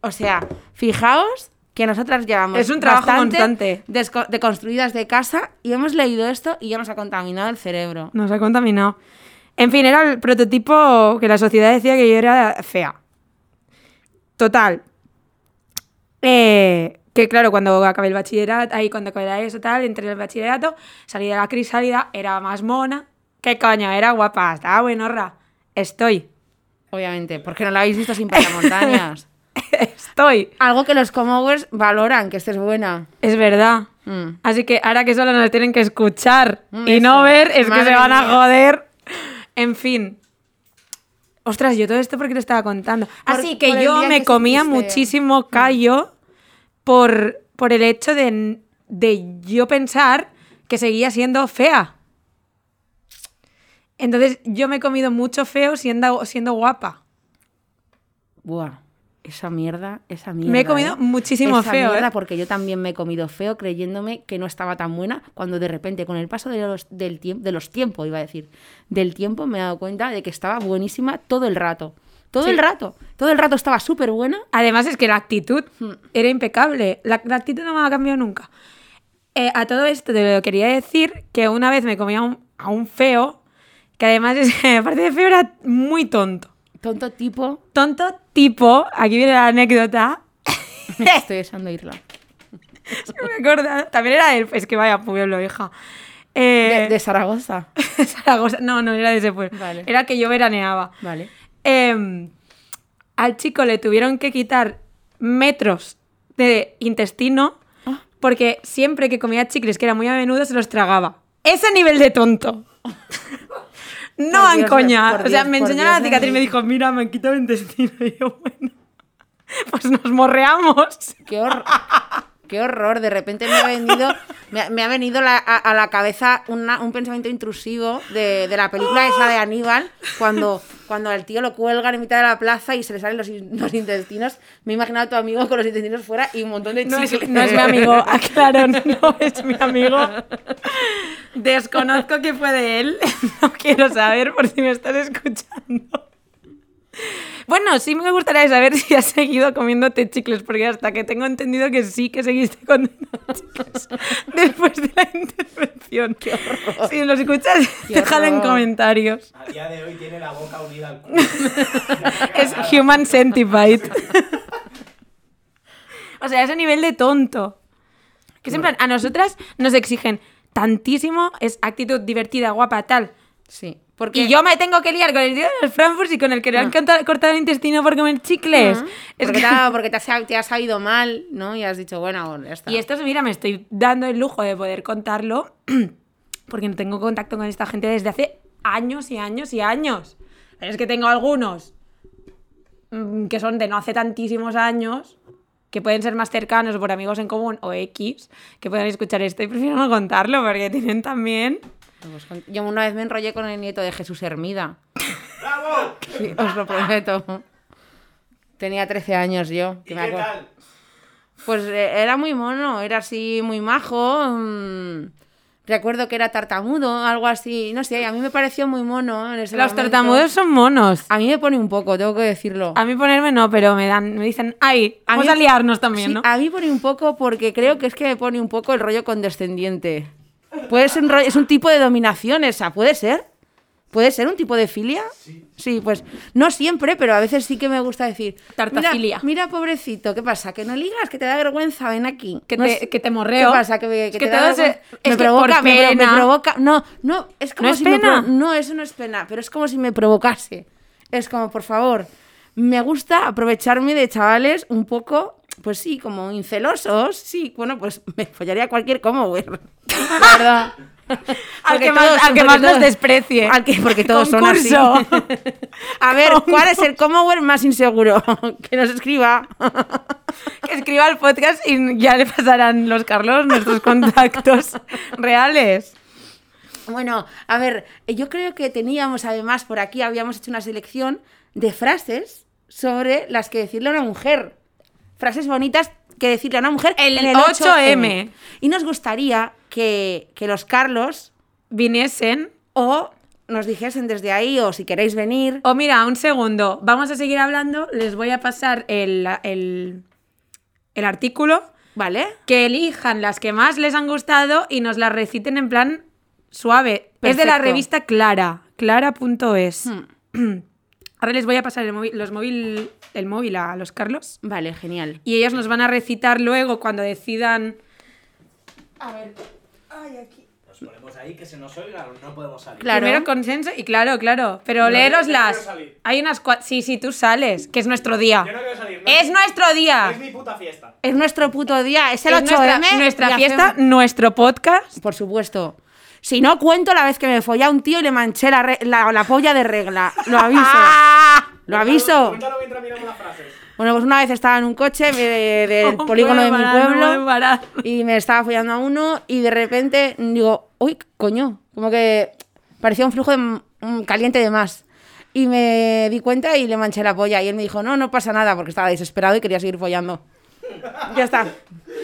Speaker 1: O sea, fijaos que nosotras llevamos
Speaker 2: Es un trabajo
Speaker 1: bastante
Speaker 2: constante.
Speaker 1: desco- deconstruidas de casa y hemos leído esto y ya nos ha contaminado el cerebro.
Speaker 2: Nos ha contaminado. En fin, era el prototipo que la sociedad decía que yo era fea. Total. Eh, que claro, cuando acabé el bachillerato, ahí cuando acabé eso, tal, entré en el bachillerato, salí de la crisálida, era más mona. ¿Qué coño? Era guapa, estaba buenorra. Estoy,
Speaker 1: Obviamente, porque no lo habéis visto sin
Speaker 2: [LAUGHS]
Speaker 1: montañas.
Speaker 2: estoy.
Speaker 1: Algo que los comowers valoran, que estés buena.
Speaker 2: Es verdad.
Speaker 1: Mm.
Speaker 2: Así que ahora que solo nos tienen que escuchar
Speaker 1: Un
Speaker 2: y no
Speaker 1: beso.
Speaker 2: ver, es que
Speaker 1: Madre
Speaker 2: se van a
Speaker 1: mía.
Speaker 2: joder. En fin. Ostras, yo todo esto porque lo estaba contando. Así que
Speaker 1: por el
Speaker 2: yo
Speaker 1: día
Speaker 2: me
Speaker 1: que Mm.
Speaker 2: comía
Speaker 1: sentiste.
Speaker 2: muchísimo callo por, por el hecho de, de yo pensar que seguía siendo fea. Entonces yo me he comido mucho feo siendo, siendo guapa.
Speaker 1: Buah, esa mierda, esa mierda.
Speaker 2: me he comido
Speaker 1: ¿eh?
Speaker 2: muchísimo
Speaker 1: Esa
Speaker 2: feo. ¿eh?
Speaker 1: mierda, porque yo también me he comido feo creyéndome que no estaba tan buena, cuando de repente, con el paso de los, del tiempo, de los tiempos, iba a decir, del tiempo me he dado cuenta de que estaba buenísima todo el rato. Todo
Speaker 2: Sí.
Speaker 1: el rato. Todo el rato estaba súper buena.
Speaker 2: Además es que la actitud
Speaker 1: Hmm.
Speaker 2: era impecable. La, la actitud no me ha cambiado nunca. Eh, a todo esto te lo quería decir que una vez me comía un- a un feo, que [LAUGHS] además es, aparte de feo era muy tonto.
Speaker 1: Tonto
Speaker 2: [LAUGHS]
Speaker 1: tipo.
Speaker 2: Tonto tipo, aquí viene la anécdota, [LAUGHS]
Speaker 1: Estoy deseando irla.
Speaker 2: es que me he acordado, también era del, es que vaya pueblo, hija. Eh,
Speaker 1: De, de Zaragoza.
Speaker 2: [LAUGHS] Zaragoza, no, no era de ese pueblo,
Speaker 1: Vale.
Speaker 2: era que yo veraneaba.
Speaker 1: Vale.
Speaker 2: Em, al chico le tuvieron que quitar metros de intestino
Speaker 1: Ah.
Speaker 2: porque siempre que comía chicles, que era muy a menudo, se los tragaba. Ese nivel
Speaker 1: [LAUGHS]
Speaker 2: de tonto.
Speaker 1: Por
Speaker 2: No han
Speaker 1: Dios,
Speaker 2: coña.
Speaker 1: por
Speaker 2: o sea,
Speaker 1: Dios,
Speaker 2: me
Speaker 1: por
Speaker 2: enseñó la
Speaker 1: Dios,
Speaker 2: cicatriz y me
Speaker 1: Enrique.
Speaker 2: dijo, mira, me han quitado el intestino. [LAUGHS] Y yo, bueno, pues nos morreamos.
Speaker 1: Qué, hor- [LAUGHS] qué horror, de repente me ha venido, me ha, me ha venido la- a, a la cabeza una- un pensamiento intrusivo de, de la película esa de Aníbal, cuando, cuando al tío lo cuelgan en mitad de la plaza y se le salen los, in- los intestinos. Me he imaginado a tu amigo con los intestinos fuera y un montón de
Speaker 2: No
Speaker 1: chicles.
Speaker 2: es, no es mi [LAUGHS] amigo, aclaro, no es mi amigo. Desconozco qué fue de él, [LAUGHS] no quiero saber por si me estás escuchando. Bueno, sí me gustaría saber si has seguido comiéndote chicles, porque hasta que tengo entendido que sí que seguiste comiendo [LAUGHS] chicles después de la intervención. Si los escuchas,
Speaker 1: Qué
Speaker 2: déjalo en
Speaker 1: horror.
Speaker 2: comentarios.
Speaker 3: A día de hoy tiene la boca unida al
Speaker 1: [LAUGHS]
Speaker 3: culo.
Speaker 2: Es Human Centipede. o sea, ese nivel de tonto. Que siempre a nosotras nos exigen tantísimo, es actitud divertida, guapa, tal.
Speaker 1: Sí. Porque
Speaker 2: Y yo me tengo que liar con el tío del Frankfurt y con el que le han
Speaker 1: Ah.
Speaker 2: canta- cortado el intestino por comer chicles.
Speaker 1: Ujú.
Speaker 2: Es
Speaker 1: porque,
Speaker 2: que-
Speaker 1: te
Speaker 2: [LAUGHS]
Speaker 1: ha, porque te, has, te ha sabido mal, ¿no? Y has dicho, bueno, ya está.
Speaker 2: Y esto, mira, me estoy dando el lujo de poder contarlo [CLEARS THROAT] porque no tengo contacto con esta gente desde hace años y años y años. Pero es que tengo algunos mm, que son de no hace tantísimos años, que pueden ser más cercanos por amigos en común o X, que pueden escuchar esto y prefiero no contarlo porque tienen también...
Speaker 1: Pues con- Yo una vez me enrollé con el nieto de Jesús Hermida. [LAUGHS]
Speaker 5: ¡Bravo!
Speaker 1: Sí, os lo prometo. Tenía 13 años yo.
Speaker 5: ¿Y
Speaker 1: que
Speaker 5: qué
Speaker 1: me acuerdo.
Speaker 5: tal?
Speaker 1: Pues eh, era muy mono, era así muy majo. mm, Recuerdo que era tartamudo, algo así. No sé, a mí me pareció muy mono en ese
Speaker 2: Los
Speaker 1: momento.
Speaker 2: tartamudos son monos.
Speaker 1: A mí me pone un poco, tengo que decirlo.
Speaker 2: A mí ponerme no, pero me dan, me dicen, ay,
Speaker 1: A
Speaker 2: vamos
Speaker 1: mí-
Speaker 2: a liarnos también,
Speaker 1: Sí,
Speaker 2: ¿no?
Speaker 1: A mí pone un poco porque creo que es que me pone un poco el rollo condescendiente. Puede ser un rollo- es un tipo de dominación esa, puede ser. ¿Puede ser un tipo de filia? Sí. pues no siempre, pero a veces sí que me gusta decir.
Speaker 2: Tartafilia.
Speaker 1: Mira, mira, pobrecito, ¿qué pasa? ¿Que no ligas? ¿Que te da vergüenza? Ven aquí.
Speaker 2: Que
Speaker 1: No
Speaker 2: te-
Speaker 1: es-
Speaker 2: que te morreo.
Speaker 1: ¿Qué pasa? ¿Que, me-
Speaker 2: Es
Speaker 1: que
Speaker 2: que
Speaker 1: te
Speaker 2: te
Speaker 1: da
Speaker 2: das-
Speaker 1: vergüenza?
Speaker 2: es
Speaker 1: Me
Speaker 2: que
Speaker 1: provoca,
Speaker 2: por
Speaker 1: me, pro- me
Speaker 2: pena.
Speaker 1: provoca. No, no, es como
Speaker 2: ¿No es
Speaker 1: si me pro-
Speaker 2: pena?
Speaker 1: no, eso no es pena, pero es como si me provocase. Es como, por favor, me gusta aprovecharme de chavales un poco, pues sí, como incelosos, sí, bueno, pues [LAUGHS] me follaría cualquier como, güey. La verdad.
Speaker 2: Al
Speaker 1: Porque
Speaker 2: que, más,
Speaker 1: todos-
Speaker 2: al que
Speaker 1: porque
Speaker 2: más nos
Speaker 1: todos-
Speaker 2: desprecie.
Speaker 1: al que- porque todos son así.
Speaker 2: Concurso.
Speaker 1: A ver, ¿cuál es el Commonwealth más inseguro? [LAUGHS] que nos escriba.
Speaker 2: que escriba el podcast y ya le pasarán los Carlos nuestros
Speaker 1: [LAUGHS]
Speaker 2: contactos reales.
Speaker 1: Bueno, a ver, eh, yo creo que teníamos además por aquí, habíamos hecho una selección de frases sobre las que decirle a una mujer. Frases bonitas que decirle a una mujer
Speaker 2: El
Speaker 1: en el
Speaker 2: 8M.
Speaker 1: 8M. Y nos gustaría que, que los Carlos
Speaker 2: Viniesen.
Speaker 1: o nos dijesen desde ahí o si queréis venir.
Speaker 2: O mira, un segundo. Vamos a seguir hablando. Les voy a pasar el, el, el artículo.
Speaker 1: ¿Vale?
Speaker 2: Que elijan las que más les han gustado y nos las reciten en plan suave. Es de la
Speaker 1: Perfecto.
Speaker 2: revista Clara. Clara.es.
Speaker 1: Hmm.
Speaker 2: [CLEARS THROAT] Ahora les voy a pasar el móvil, los móvil, el móvil a los Carlos.
Speaker 1: Vale, genial.
Speaker 2: Y ellos nos van a recitar luego cuando decidan.
Speaker 3: Nos ponemos ahí que se nos oiga, no podemos salir.
Speaker 1: Claro.
Speaker 2: Primero consenso y claro, claro. Pero
Speaker 5: No,
Speaker 2: leeroslas.
Speaker 5: yo no quiero salir.
Speaker 2: Hay unas cua- Sí, sí, tú sales, que es nuestro día.
Speaker 5: Yo no quiero salir. no-
Speaker 2: es nuestro día.
Speaker 5: Es mi puta fiesta.
Speaker 1: Es nuestro puto día, es el
Speaker 2: Es
Speaker 1: 8M.
Speaker 2: nuestra, nuestra
Speaker 1: y hacemos-
Speaker 2: fiesta, nuestro podcast.
Speaker 1: Por supuesto. Si no, cuento la vez que me follé a un tío y le manché la, re- la- la polla de regla. Lo aviso.
Speaker 2: Ah. [LAUGHS]
Speaker 1: Lo
Speaker 5: Cuéntalo-
Speaker 1: aviso.
Speaker 5: Cuéntalo mientras miramos las frases.
Speaker 1: Bueno, pues una vez estaba en un coche de- de- del
Speaker 2: [LAUGHS] Un
Speaker 1: polígono de mi
Speaker 2: barato, muy
Speaker 1: pueblo
Speaker 2: barato.
Speaker 1: y me estaba follando a uno y de repente digo, uy, coño, como que parecía un flujo de m- mm, caliente de más. Y me di cuenta y le manché la polla y él me dijo, no, no pasa nada porque estaba desesperado y quería seguir follando. Ya
Speaker 2: [LAUGHS]
Speaker 1: está.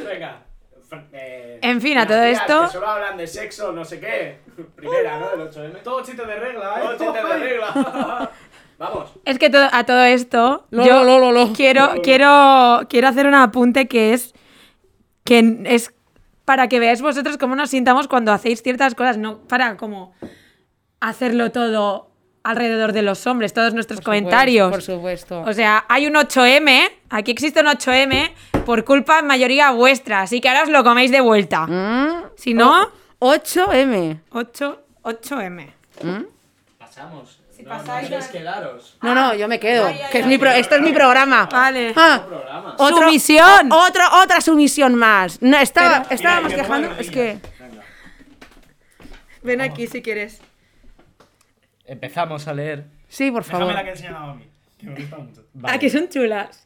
Speaker 5: Venga. Fran- eh,
Speaker 2: En fin, a todo
Speaker 4: Las tías
Speaker 2: esto.
Speaker 4: que solo hablan de sexo, no sé qué. Primera, ¿no? Del 8M.
Speaker 5: Todo chiste de regla, ¿eh?
Speaker 3: Todo chiste de
Speaker 5: [LAUGHS]
Speaker 3: regla. Vamos.
Speaker 2: Es que todo- a todo esto.
Speaker 1: Lo,
Speaker 2: yo
Speaker 1: lo, lo, lo, lo.
Speaker 2: Quiero, quiero, quiero hacer un apunte que es. Que es para que veáis vosotros cómo nos sintamos cuando hacéis ciertas cosas, no para como hacerlo todo alrededor de los hombres, todos nuestros comentarios.
Speaker 1: Por supuesto.
Speaker 2: O sea, hay un 8M, aquí existe un 8M por culpa en mayoría vuestra, así que ahora os lo coméis de vuelta.
Speaker 1: Mm,
Speaker 2: Si no,
Speaker 1: 8M.
Speaker 2: 8, 8M.
Speaker 3: Pasamos.
Speaker 2: Si
Speaker 3: no,
Speaker 2: pasáis,
Speaker 3: no sois
Speaker 2: ya-
Speaker 3: quedaros.
Speaker 1: No, no, yo me quedo.
Speaker 2: Ay, ay,
Speaker 1: que es
Speaker 2: ay.
Speaker 1: mi pro- este es mi programa.
Speaker 2: Vale.
Speaker 1: Ah,
Speaker 3: Programa.
Speaker 2: Sumisión.
Speaker 1: o- Otro, otra sumisión más. No, estaba,
Speaker 2: Pero-
Speaker 1: estábamos
Speaker 5: Mira, yo me pongo
Speaker 1: quejando.
Speaker 5: de
Speaker 1: Es que.
Speaker 2: Ven aquí si quieres.
Speaker 6: Empezamos a leer.
Speaker 1: Sí, por favor.
Speaker 5: Déjame la que enseñaba a mí, que me gusta mucho.
Speaker 6: Vale.
Speaker 2: Ah, que son chulas.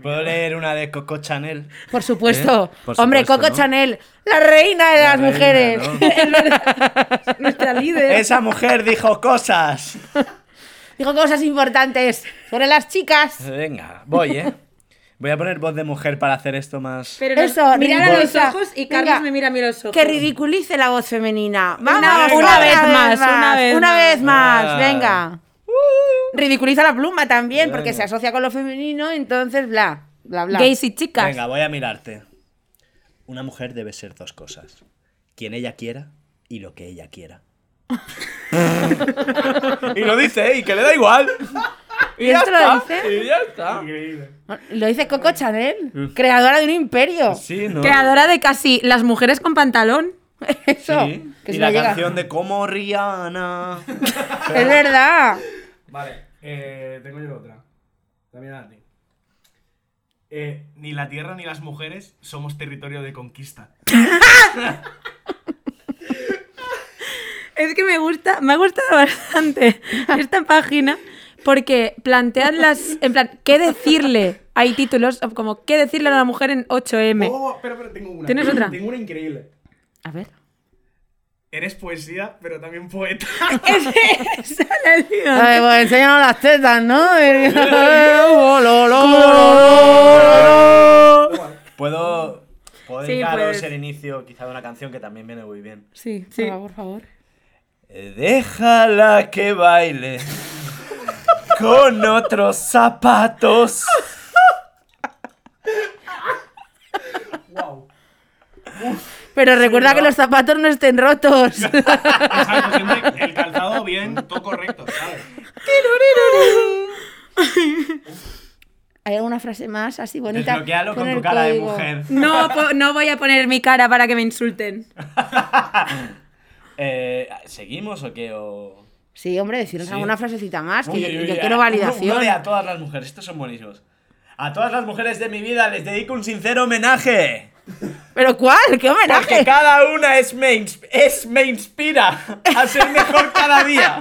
Speaker 6: ¿Puedo leer una de Coco Chanel?
Speaker 1: Por supuesto.
Speaker 6: ¿Eh? Por
Speaker 1: Hombre,
Speaker 6: supuesto,
Speaker 1: Coco
Speaker 6: ¿no?
Speaker 1: Chanel, la reina de
Speaker 6: La
Speaker 1: las
Speaker 6: reina,
Speaker 1: mujeres.
Speaker 6: ¿no?
Speaker 2: [LAUGHS] Nuestra líder.
Speaker 6: Esa mujer dijo cosas.
Speaker 1: Dijo cosas importantes sobre las chicas.
Speaker 6: Venga, voy, ¿eh? Voy a poner voz de mujer para hacer esto más...
Speaker 2: Pero nos-
Speaker 1: Eso,
Speaker 2: mirar a los
Speaker 1: ridícula.
Speaker 2: ojos y Carlos
Speaker 1: Venga,
Speaker 2: me mira a mí los ojos.
Speaker 1: Que ridiculice la voz femenina. Vamos,
Speaker 2: Una- una vez más, una vez
Speaker 1: Una
Speaker 2: más.
Speaker 1: vez más,
Speaker 6: Ah.
Speaker 1: venga. Ridiculiza la pluma también, porque
Speaker 6: Venga.
Speaker 1: se asocia con lo femenino, entonces bla, bla, bla.
Speaker 2: Gays y chicas.
Speaker 6: Venga, voy a mirarte. Una mujer debe ser dos cosas. Quien ella quiera y lo que ella [LAUGHS] quiera. y lo dice, ¿eh? y que le da igual.
Speaker 1: ¿Y esto lo dice?
Speaker 6: Y ya
Speaker 5: Ah.
Speaker 6: está.
Speaker 5: Increíble.
Speaker 1: Lo dice Coco Chanel, creadora de un imperio.
Speaker 6: Sí, ¿no?
Speaker 2: Creadora de casi las mujeres con pantalón.
Speaker 1: Eso.
Speaker 6: Sí.
Speaker 1: Que
Speaker 6: y
Speaker 1: si
Speaker 6: la
Speaker 1: no llega.
Speaker 6: canción de como Rihanna.
Speaker 1: Es verdad.
Speaker 5: Vale, eh, tengo yo otra. También a ti. Eh, ni la tierra ni las mujeres somos territorio de conquista.
Speaker 2: Es que me gusta, me ha gustado [LAUGHS] bastante esta página porque plantean las, en plan, ¿qué decirle? Hay títulos como ¿qué decirle a la mujer en 8M? [LAUGHS]
Speaker 5: Oh, espera, espera, tengo una.
Speaker 2: ¿Tienes otra?
Speaker 5: Tengo una increíble.
Speaker 1: A ver.
Speaker 5: Eres poesía, pero también poeta. [LAUGHS]
Speaker 2: Esa la he leído.
Speaker 1: A ver, pues enséñanos las tetas, ¿no?
Speaker 6: Puedo. Puedo
Speaker 2: Sí,
Speaker 6: dedicaros
Speaker 1: pues.
Speaker 2: puedes.
Speaker 6: el inicio quizá de una canción que también viene muy bien. Eh,
Speaker 1: Sí,
Speaker 2: Sí.
Speaker 1: por favor, por favor.
Speaker 6: Déjala
Speaker 1: [LAUGHS]
Speaker 6: que baile con otros zapatos.
Speaker 5: wow.
Speaker 1: Pero recuerda que los zapatos no estén rotos.
Speaker 6: [LAUGHS]
Speaker 5: Exacto, pues siempre el calzado bien, todo correcto, ¿sabes?
Speaker 1: ¿Hay alguna frase más así bonita?
Speaker 6: Desbloquealo con
Speaker 1: el
Speaker 6: tu cara
Speaker 1: código.
Speaker 6: de mujer.
Speaker 2: No, po- no voy a poner mi cara para que me insulten.
Speaker 6: Eh, ¿Seguimos o qué? O...
Speaker 1: Sí, hombre, decirnos
Speaker 6: Sí.
Speaker 1: alguna frasecita más, que
Speaker 6: Uy,
Speaker 1: yo,
Speaker 6: uy, uy,
Speaker 1: yo
Speaker 6: a-
Speaker 1: quiero
Speaker 6: uno-
Speaker 1: validación.
Speaker 6: uno de a todas las mujeres, estos son buenísimos. A todas las mujeres de mi vida les dedico un sincero homenaje.
Speaker 1: ¿Pero cuál? ¿Qué
Speaker 6: Porque
Speaker 1: homenaje?
Speaker 6: cada una es me, ins- es me inspira a ser mejor
Speaker 1: [LAUGHS]
Speaker 6: cada día.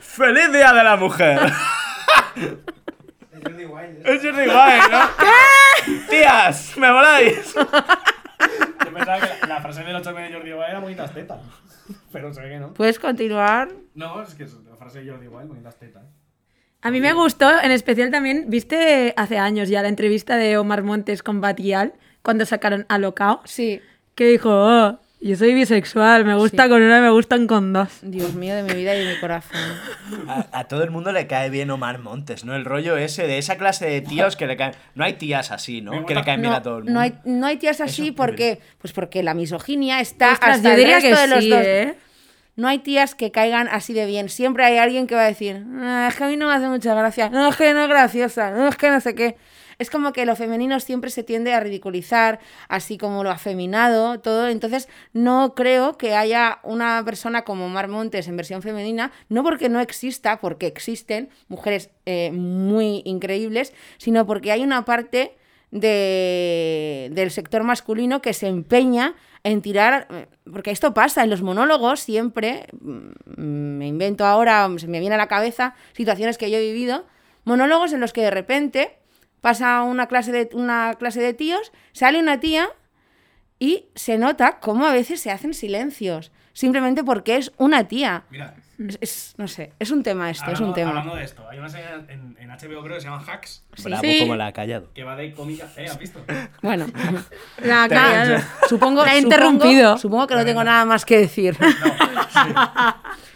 Speaker 6: ¡Feliz Día de la Mujer!
Speaker 4: Es Jordi Wild, ¿eh?
Speaker 6: Es Jordi Wild,
Speaker 1: [LAUGHS]
Speaker 6: ¿no? ¡Tías! ¡Me voláis!
Speaker 5: Yo pensaba que la, la frase del 8 de Jordi Wild era bonitas tetas. Pero se ve que no.
Speaker 1: ¿Puedes continuar?
Speaker 5: No, es que es la frase de Jordi Wild, bonitas tetas.
Speaker 2: A mí me gustó, en especial también, viste hace años ya la entrevista de Omar Montes con Batial cuando sacaron a Locao,
Speaker 1: Sí.
Speaker 2: que dijo, "Oh, yo soy bisexual, me gusta
Speaker 1: Sí.
Speaker 2: con una y me gustan con dos.
Speaker 1: Dios mío, de mi vida y de mi corazón.
Speaker 6: A, a todo el mundo le cae bien Omar Montes, ¿no? El rollo ese de esa clase de tíos que le caen. No hay tías así, ¿no? Que le caen bien a todo el mundo.
Speaker 1: no hay, no hay tías así
Speaker 6: Eso,
Speaker 1: porque, pues porque la misoginia está
Speaker 2: Ostras,
Speaker 1: hasta
Speaker 2: yo diría
Speaker 1: el resto
Speaker 2: que
Speaker 1: de los
Speaker 2: sí,
Speaker 1: dos.
Speaker 2: [LAUGHS] ¿eh?
Speaker 1: No hay tías que caigan así de bien. Siempre hay alguien que va a decir, "Ah, es que a mí no me hace mucha gracia, no es que no es graciosa, no es que no sé qué. Es como que lo femenino siempre se tiende a ridiculizar, así como lo afeminado, todo. Entonces, no creo que haya una persona como Mar Montes en versión femenina, no porque no exista, porque existen mujeres eh, muy increíbles, sino porque hay una parte de- del sector masculino que se empeña en tirar, eh, porque esto pasa en los monólogos siempre, mm, me invento ahora, se me viene a la cabeza situaciones que yo he vivido, monólogos en los que de repente pasa una clase de, una clase de tíos, sale una tía y se nota cómo a veces se hacen silencios, simplemente porque es una tía.
Speaker 5: Mira,
Speaker 1: Es, es- no sé, es un tema esto, es
Speaker 5: hablando,
Speaker 1: un tema.
Speaker 5: hablando de esto, hay una serie en, en HBO creo que se llama Hacks,
Speaker 6: Bravo
Speaker 2: Sí.
Speaker 6: como la ha callado.
Speaker 5: que va de cómica, ¿eh? ¿Has visto?
Speaker 1: Bueno,
Speaker 2: La,
Speaker 1: [LAUGHS] nada, supongo,
Speaker 2: La he
Speaker 1: supongo-
Speaker 2: interrumpido.
Speaker 1: supongo que no tengo nada más que
Speaker 5: [LAUGHS]
Speaker 1: decir.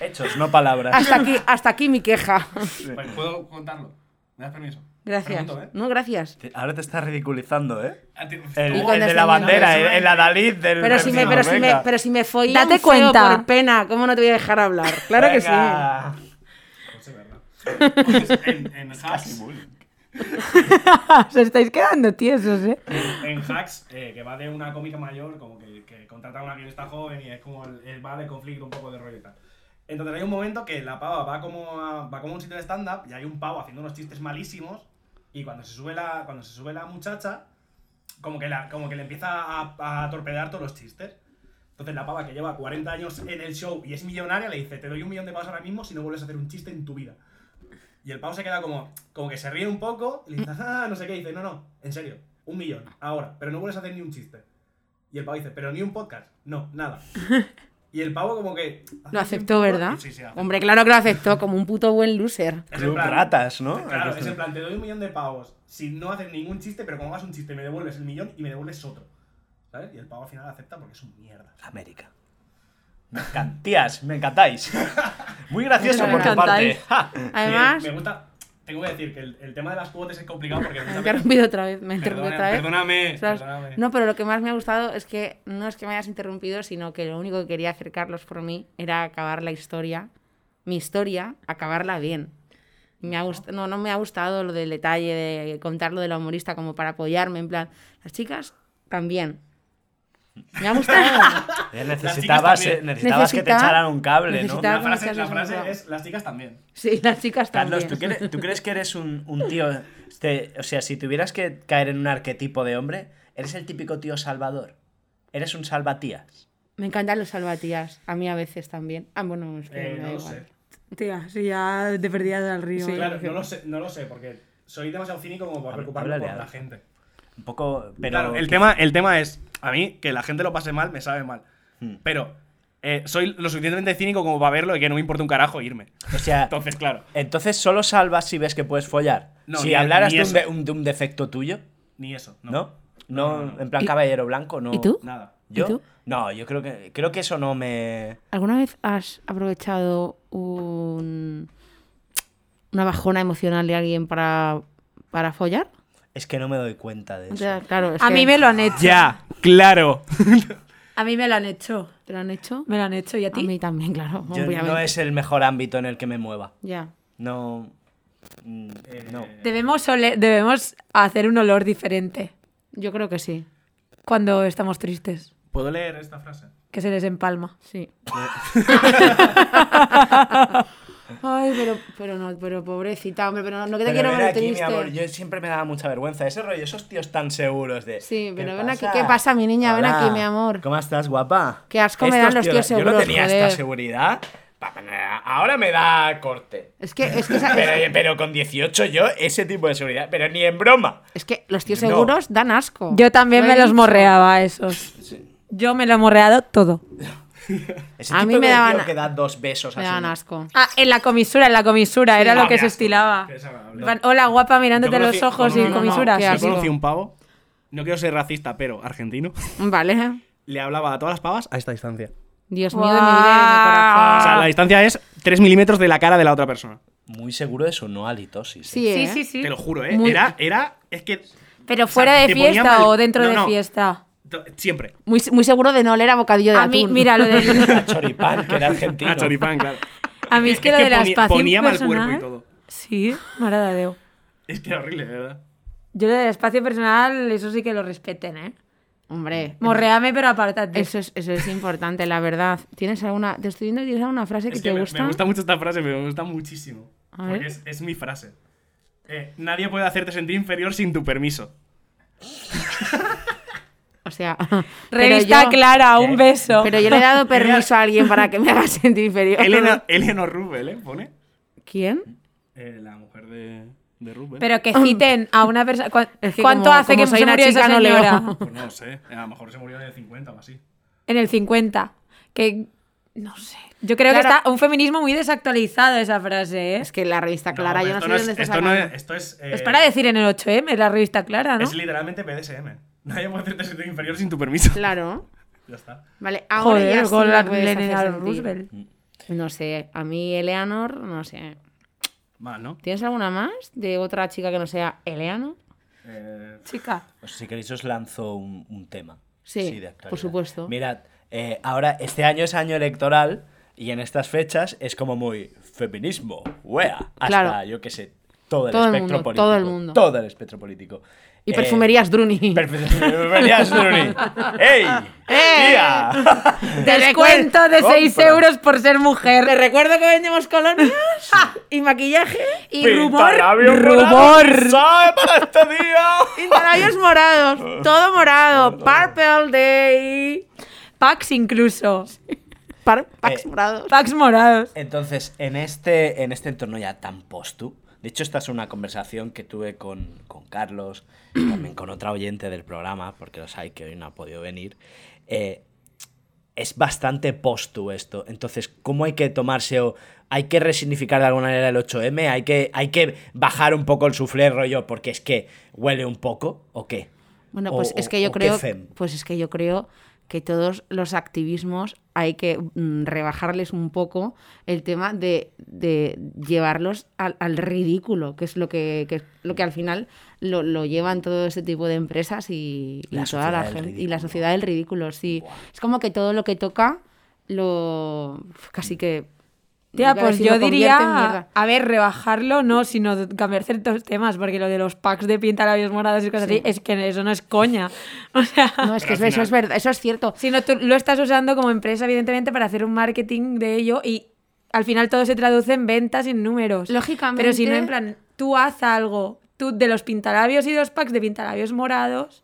Speaker 6: Hechos, no palabras.
Speaker 1: Hasta aquí, hasta aquí mi queja.
Speaker 5: Pues, ¿Puedo contarlo? ¿Me das permiso?
Speaker 1: Gracias.
Speaker 5: Pregunto, ¿eh?
Speaker 1: No, gracias.
Speaker 6: Te- Ahora te estás ridiculizando, ¿eh?
Speaker 5: Ah, ti-
Speaker 6: El,
Speaker 1: Y
Speaker 5: tú-
Speaker 1: con
Speaker 6: el de
Speaker 1: descendientes.
Speaker 6: la bandera, eh, el, el adalid del.
Speaker 1: Pero si me,
Speaker 6: vecino,
Speaker 1: pero si me,
Speaker 6: venga.
Speaker 1: pero si me follan
Speaker 2: Date
Speaker 1: feo
Speaker 2: cuenta.
Speaker 1: por pena, ¿cómo no te voy a dejar hablar? Claro que sí.
Speaker 6: Venga.
Speaker 5: Pues es verdad. Pues en, en Hacks,
Speaker 2: Ah, Os estáis quedando tiesos, ¿eh?
Speaker 5: en Hacks eh, que va de una cómica mayor, como que, que contrata a una guionista joven y es como el, el va de conflicto un poco de rollo y tal. Entonces hay un momento que la pava va como a, va como a un sitio de stand-up y hay un pavo haciendo unos chistes malísimos y cuando se sube la, cuando se sube la muchacha, como que, la, como que le empieza a, a torpedar todos los chistes. Entonces la pava que lleva 40 años en el show y es millonaria le dice, te doy un millón de pavos ahora mismo si no vuelves a hacer un chiste en tu vida. Y el pavo se queda como, como que se ríe un poco y le dice, ah, no sé qué, y dice, no, no, en serio, un millón, ahora, pero no vuelves a hacer ni un chiste. Y el pavo dice, pero ni un podcast, no,
Speaker 1: [LAUGHS]
Speaker 5: nada. Y el pavo como que...
Speaker 1: Lo aceptó, ¿verdad?
Speaker 5: Sí, sí, aceptó.
Speaker 1: Hombre, claro que lo aceptó, como un puto buen loser.
Speaker 5: Es en
Speaker 6: Club
Speaker 5: plan-
Speaker 6: ratas, ¿no?
Speaker 5: Claro,
Speaker 6: Aquí
Speaker 5: es en
Speaker 6: estoy.
Speaker 5: plan, te doy un millón de pavos si no haces ningún chiste, pero como hagas un chiste me devuelves el millón y me devuelves otro. ¿Sabes? Y el pavo al final acepta porque es un mierda.
Speaker 6: América. Me encantías, me encantáis. Muy gracioso
Speaker 1: Me
Speaker 6: por tu parte.
Speaker 2: encantáis.
Speaker 6: Ja.
Speaker 1: Además,
Speaker 5: Me gusta... Tengo que decir que el, el tema de las cuotas es
Speaker 1: [LAUGHS]
Speaker 5: complicado porque...
Speaker 1: me he interrumpido otra vez, me he interrumpido
Speaker 5: Perdona-
Speaker 1: otra vez.
Speaker 5: [LAUGHS] Perdóname,
Speaker 1: ¿Sabes?
Speaker 5: perdóname.
Speaker 1: ¿eh? No, pero lo que más me ha gustado es que no es que me hayas interrumpido, sino que lo único que quería hacer Carlos por mí era acabar la historia, mi historia, acabarla bien. Me ha gust- no, no me ha gustado lo del detalle de contar lo de la humorista como para apoyarme, en plan, las chicas también. Me ha gustado.
Speaker 5: [LAUGHS]
Speaker 6: Eh, necesitabas,
Speaker 5: también.
Speaker 6: eh, necesitabas que te
Speaker 1: Necesita-
Speaker 6: echaran un cable,
Speaker 1: necesitaba-
Speaker 5: La
Speaker 1: Estaba con
Speaker 5: frase,
Speaker 1: muchas
Speaker 5: la
Speaker 1: ganas de
Speaker 5: frase
Speaker 1: probar.
Speaker 5: es las chicas también.
Speaker 1: Sí, las chicas
Speaker 6: ¿no? Carlos,
Speaker 1: también.
Speaker 6: ¿tú crees, tú crees que eres un, un tío... este, o sea, si tuvieras que caer en un arquetipo de hombre, eres el típico tío salvador. Eres un salvatías.
Speaker 1: Me encantan los salvatías. A mí a veces también. Ah, bueno, es que
Speaker 5: Eh,
Speaker 1: me da
Speaker 5: no lo
Speaker 1: igual.
Speaker 5: sé.
Speaker 2: Tía, si ya te perdías al río. ¿eh?
Speaker 1: Sí.
Speaker 5: Claro, no lo sé, no lo sé, porque soy demasiado cínico como para
Speaker 6: Habla-
Speaker 5: preocuparme
Speaker 6: háblale
Speaker 5: por
Speaker 6: a-
Speaker 5: la gente.
Speaker 6: Un poco... Pero...
Speaker 5: Claro, el tema, el tema es, a mí, que la gente lo pase mal, me sabe mal.
Speaker 6: Hmm.
Speaker 5: Pero eh, soy lo suficientemente cínico como para verlo y que no me importa un carajo irme.
Speaker 6: O sea,
Speaker 5: Entonces, claro,
Speaker 6: entonces solo salvas si ves que puedes follar.
Speaker 5: No,
Speaker 6: si
Speaker 5: ni-
Speaker 6: hablaras
Speaker 5: ni
Speaker 6: de un,
Speaker 5: eso.
Speaker 6: de, un- de un defecto tuyo,
Speaker 5: ni eso. No.
Speaker 6: ¿no? No,
Speaker 5: no, no.
Speaker 6: en plan
Speaker 1: ¿Y-
Speaker 6: caballero blanco, no.
Speaker 1: ¿Y tú?
Speaker 5: Nada.
Speaker 6: ¿Yo?
Speaker 1: ¿Y tú?
Speaker 6: No, yo creo que, creo que eso no me...
Speaker 1: ¿Alguna vez has aprovechado un... una bajona emocional de alguien para, para follar?
Speaker 6: Es que no me doy cuenta de
Speaker 1: O
Speaker 6: eso.
Speaker 1: sea, claro, es
Speaker 2: A
Speaker 1: que
Speaker 2: mí me lo han hecho.
Speaker 5: Ya, claro.
Speaker 2: A mí me lo han hecho.
Speaker 1: ¿Te lo han hecho?
Speaker 2: Me lo han hecho. ¿Y a
Speaker 1: A
Speaker 2: ti?
Speaker 1: mí también, claro.
Speaker 6: Yo-
Speaker 1: obviamente.
Speaker 6: no es el mejor ámbito en el que me mueva.
Speaker 1: Ya.
Speaker 6: No. mm, No.
Speaker 2: Debemos, ole- debemos hacer un olor diferente
Speaker 1: Yo creo que sí.
Speaker 2: cuando estamos tristes.
Speaker 5: ¿Puedo leer esta frase?
Speaker 2: Que se les empalma.
Speaker 6: [LAUGHS]
Speaker 1: Sí. Ay, pero, pero no, pero pobrecita, hombre, pero no, no que te quiero
Speaker 6: Pero ven
Speaker 1: ver
Speaker 6: aquí, mi
Speaker 1: triste.
Speaker 6: amor, yo siempre me daba mucha vergüenza. Ese rollo, esos tíos tan seguros de.
Speaker 1: Sí, pero ven aquí, ¿qué pasa, mi niña? Ven aquí, mi amor.
Speaker 6: ¿Cómo estás, guapa?
Speaker 1: Qué asco me dan los tíos
Speaker 6: Yo no
Speaker 1: seguros,
Speaker 6: tenía
Speaker 1: joder.
Speaker 6: esta seguridad. pa- pa- nada. Ahora me da corte.
Speaker 1: Es que, es que, esa-
Speaker 6: Pero, pero con 18 yo, ese tipo de seguridad. Pero ni en broma.
Speaker 1: es que los tíos
Speaker 6: No.
Speaker 1: seguros dan asco.
Speaker 2: Yo también
Speaker 1: Lo
Speaker 2: me
Speaker 1: he
Speaker 2: los
Speaker 1: dicho.
Speaker 2: morreaba esos. Yo me lo he morreado todo.
Speaker 6: Ese
Speaker 1: A
Speaker 6: tipo
Speaker 1: mí me
Speaker 6: de
Speaker 1: daban-
Speaker 6: tío que da dos besos
Speaker 1: Me
Speaker 6: así.
Speaker 1: dan asco.
Speaker 2: Ah, en la comisura, en la comisura, era
Speaker 6: no,
Speaker 2: lo que
Speaker 6: qué
Speaker 2: se
Speaker 6: asco,
Speaker 2: estilaba.
Speaker 5: qué desagradable.
Speaker 2: En plan, Hola, guapa, mirándote
Speaker 5: Yo
Speaker 2: los
Speaker 5: conocí-
Speaker 2: ojos
Speaker 1: no, no,
Speaker 2: y
Speaker 1: no, no,
Speaker 2: comisuras.
Speaker 1: qué
Speaker 5: Yo
Speaker 1: asco.
Speaker 5: conocí un pavo, no quiero ser racista, pero argentino, [LAUGHS]
Speaker 1: Vale.
Speaker 5: le hablaba a todas las pavas
Speaker 6: Ah.
Speaker 5: a esta distancia.
Speaker 1: Dios mío, de mi vida y de mi corazón.
Speaker 5: O sea, la distancia es 3 milímetros de la cara de la otra persona.
Speaker 6: Muy seguro de su no halitosis. ¿eh?
Speaker 1: Sí,
Speaker 2: Sí,
Speaker 1: ¿eh?
Speaker 2: sí, sí.
Speaker 5: Te lo juro, ¿eh?
Speaker 1: Muy-
Speaker 5: Era, era, es que
Speaker 2: Pero
Speaker 5: sea,
Speaker 2: fuera de
Speaker 5: te ponía
Speaker 2: fiesta
Speaker 5: mal-
Speaker 2: o dentro
Speaker 5: No,
Speaker 2: de
Speaker 5: no.
Speaker 2: fiesta.
Speaker 5: to- siempre.
Speaker 1: Muy, muy seguro de no oler a bocadillo de
Speaker 2: A mí,
Speaker 1: atún.
Speaker 2: mira, lo de,
Speaker 1: [LAUGHS]
Speaker 6: A choripán, que era argentino.
Speaker 5: A choripán, claro.
Speaker 2: a mí es que
Speaker 5: Es
Speaker 2: lo
Speaker 5: que
Speaker 2: de las
Speaker 5: ponía-
Speaker 2: pacientes
Speaker 5: ponía mal cuerpo y
Speaker 2: personal-
Speaker 5: todo.
Speaker 2: Sí, marada de Deu.
Speaker 5: Es que era horrible, de verdad.
Speaker 2: Yo lo del espacio personal, eso sí que lo respeten, ¿eh?
Speaker 1: Hombre,
Speaker 2: Morreame, pero apártate.
Speaker 1: eso es, eso es importante, la verdad. ¿Tienes alguna... Te estoy viendo que tienes alguna frase que
Speaker 5: Es
Speaker 1: te
Speaker 5: que me,
Speaker 1: gusta?
Speaker 5: me gusta mucho esta frase, me gusta muchísimo.
Speaker 1: A ver.
Speaker 5: Porque es, es mi frase. Eh, nadie puede hacerte sentir inferior sin tu permiso.
Speaker 1: O sea... [LAUGHS] pero
Speaker 2: Revista
Speaker 1: yo-
Speaker 2: Clara, un beso.
Speaker 1: Pero yo le he dado
Speaker 5: [LAUGHS]
Speaker 1: permiso a alguien para que me haga sentir inferior. [LAUGHS]
Speaker 5: Elena, Eleanor Rubel, ¿eh? Pone.
Speaker 1: ¿Quién?
Speaker 5: Eh, la mujer de, de Rubel.
Speaker 2: Pero que citen a una persona. cua-
Speaker 1: Es que
Speaker 2: ¿Cuánto
Speaker 1: como-
Speaker 2: hace
Speaker 1: como
Speaker 2: que
Speaker 1: soy
Speaker 2: se
Speaker 1: una
Speaker 2: murió esa
Speaker 1: chica, no leo.
Speaker 2: señora?
Speaker 5: Pues no lo sé. A lo mejor se murió en el 50 o así.
Speaker 2: [LAUGHS] En el 50. Que. No sé. Yo creo que
Speaker 1: Claro.
Speaker 2: está un feminismo muy desactualizado esa frase, ¿eh?
Speaker 1: Es que la revista Clara,
Speaker 5: No,
Speaker 1: yo no
Speaker 5: esto
Speaker 1: sé
Speaker 5: no es-
Speaker 1: dónde está
Speaker 5: esto no
Speaker 1: sacando.
Speaker 5: es, esto es, eh,
Speaker 2: Es para decir en el 8M, la revista Clara, ¿no?
Speaker 5: Es literalmente BDSM. Nadie puede hacerte sentir inferior sin tu permiso.
Speaker 1: Claro.
Speaker 5: Ya está.
Speaker 1: Vale, ahora
Speaker 2: Joder,
Speaker 1: ya sí
Speaker 2: con
Speaker 1: me
Speaker 2: la
Speaker 1: puedes hacer
Speaker 2: Lenin
Speaker 1: sentir.
Speaker 2: Roosevelt.
Speaker 1: No sé, a mí Eleanor, no sé.
Speaker 5: Más, ¿no?
Speaker 1: ¿Tienes alguna más de otra chica que no sea Eleanor?
Speaker 6: [LAUGHS]
Speaker 5: Eh,
Speaker 2: Chica.
Speaker 6: Pues si queréis os lanzo un, un tema.
Speaker 1: Sí,
Speaker 6: así
Speaker 1: por
Speaker 6: de actualidad.
Speaker 1: supuesto.
Speaker 6: Mirad, eh, ahora este año es año electoral y en estas fechas es como muy feminismo, wea, hasta
Speaker 1: Claro.
Speaker 6: yo qué sé, todo el
Speaker 1: Todo el
Speaker 6: espectro
Speaker 1: mundo,
Speaker 6: político.
Speaker 1: todo el mundo.
Speaker 6: Todo el espectro político.
Speaker 1: Y
Speaker 6: Eh,
Speaker 1: perfumerías Druni.
Speaker 6: Perfumerías Druni. ¡Ey!
Speaker 1: [LAUGHS] ¡Eh! [LAUGHS]
Speaker 6: ¡Tía!
Speaker 2: Descuento de 6
Speaker 6: Compra.
Speaker 2: euros por ser mujer.
Speaker 1: Te recuerdo que vendemos colonias y maquillaje
Speaker 2: Y rumor.
Speaker 6: Pintalabios morados, ¡Sabe para este día!
Speaker 1: y labios morados. [LAUGHS] Todo morado. Purple Day.
Speaker 2: Packs incluso.
Speaker 1: Par- packs
Speaker 6: Eh,
Speaker 1: morados.
Speaker 2: Packs morados.
Speaker 6: Entonces, en este, en este entorno ya tan postu, de hecho esta es una conversación que tuve con, con Carlos, y también con otra oyente del programa, porque los hay que hoy no ha podido venir, eh, es bastante postu esto. Entonces, ¿cómo hay que tomarse o hay que resignificar de alguna manera el 8M? ¿Hay que, hay que bajar un poco el suflé rollo porque es que huele un poco o qué?
Speaker 1: Bueno,
Speaker 6: O-
Speaker 1: pues es
Speaker 6: o-
Speaker 1: que yo
Speaker 6: o qué
Speaker 1: creo,
Speaker 6: fem.
Speaker 1: pues es que yo creo que todos los activismos hay que mm, rebajarles un poco el tema de, de llevarlos al, al ridículo, que es lo que, que es lo que al final lo, lo llevan todo este tipo de empresas y, y
Speaker 6: La
Speaker 1: toda la
Speaker 6: sociedad del
Speaker 1: gente y la
Speaker 6: ridículo.
Speaker 1: sociedad del ridículo, sí. Es como que todo lo que toca lo casi que
Speaker 2: Tía,
Speaker 1: Porque a ver
Speaker 2: pues
Speaker 1: si
Speaker 2: yo
Speaker 1: lo convierten en
Speaker 2: diría,
Speaker 1: mierda.
Speaker 2: a ver, rebajarlo no, sino de- cambiar ciertos temas, porque lo de los packs de pintalabios morados y cosas así, es que eso no es coña. [LAUGHS] O sea,
Speaker 1: No, es que
Speaker 5: Pero al
Speaker 1: eso, eso
Speaker 5: final-
Speaker 1: es verdad, eso es cierto.
Speaker 2: sino tú lo estás usando como empresa, evidentemente, para hacer un marketing de ello y al final todo se traduce en ventas y en números.
Speaker 1: Lógicamente.
Speaker 2: Pero si no, en plan, tú haz algo, tú de los pintalabios y de los packs de pintalabios morados,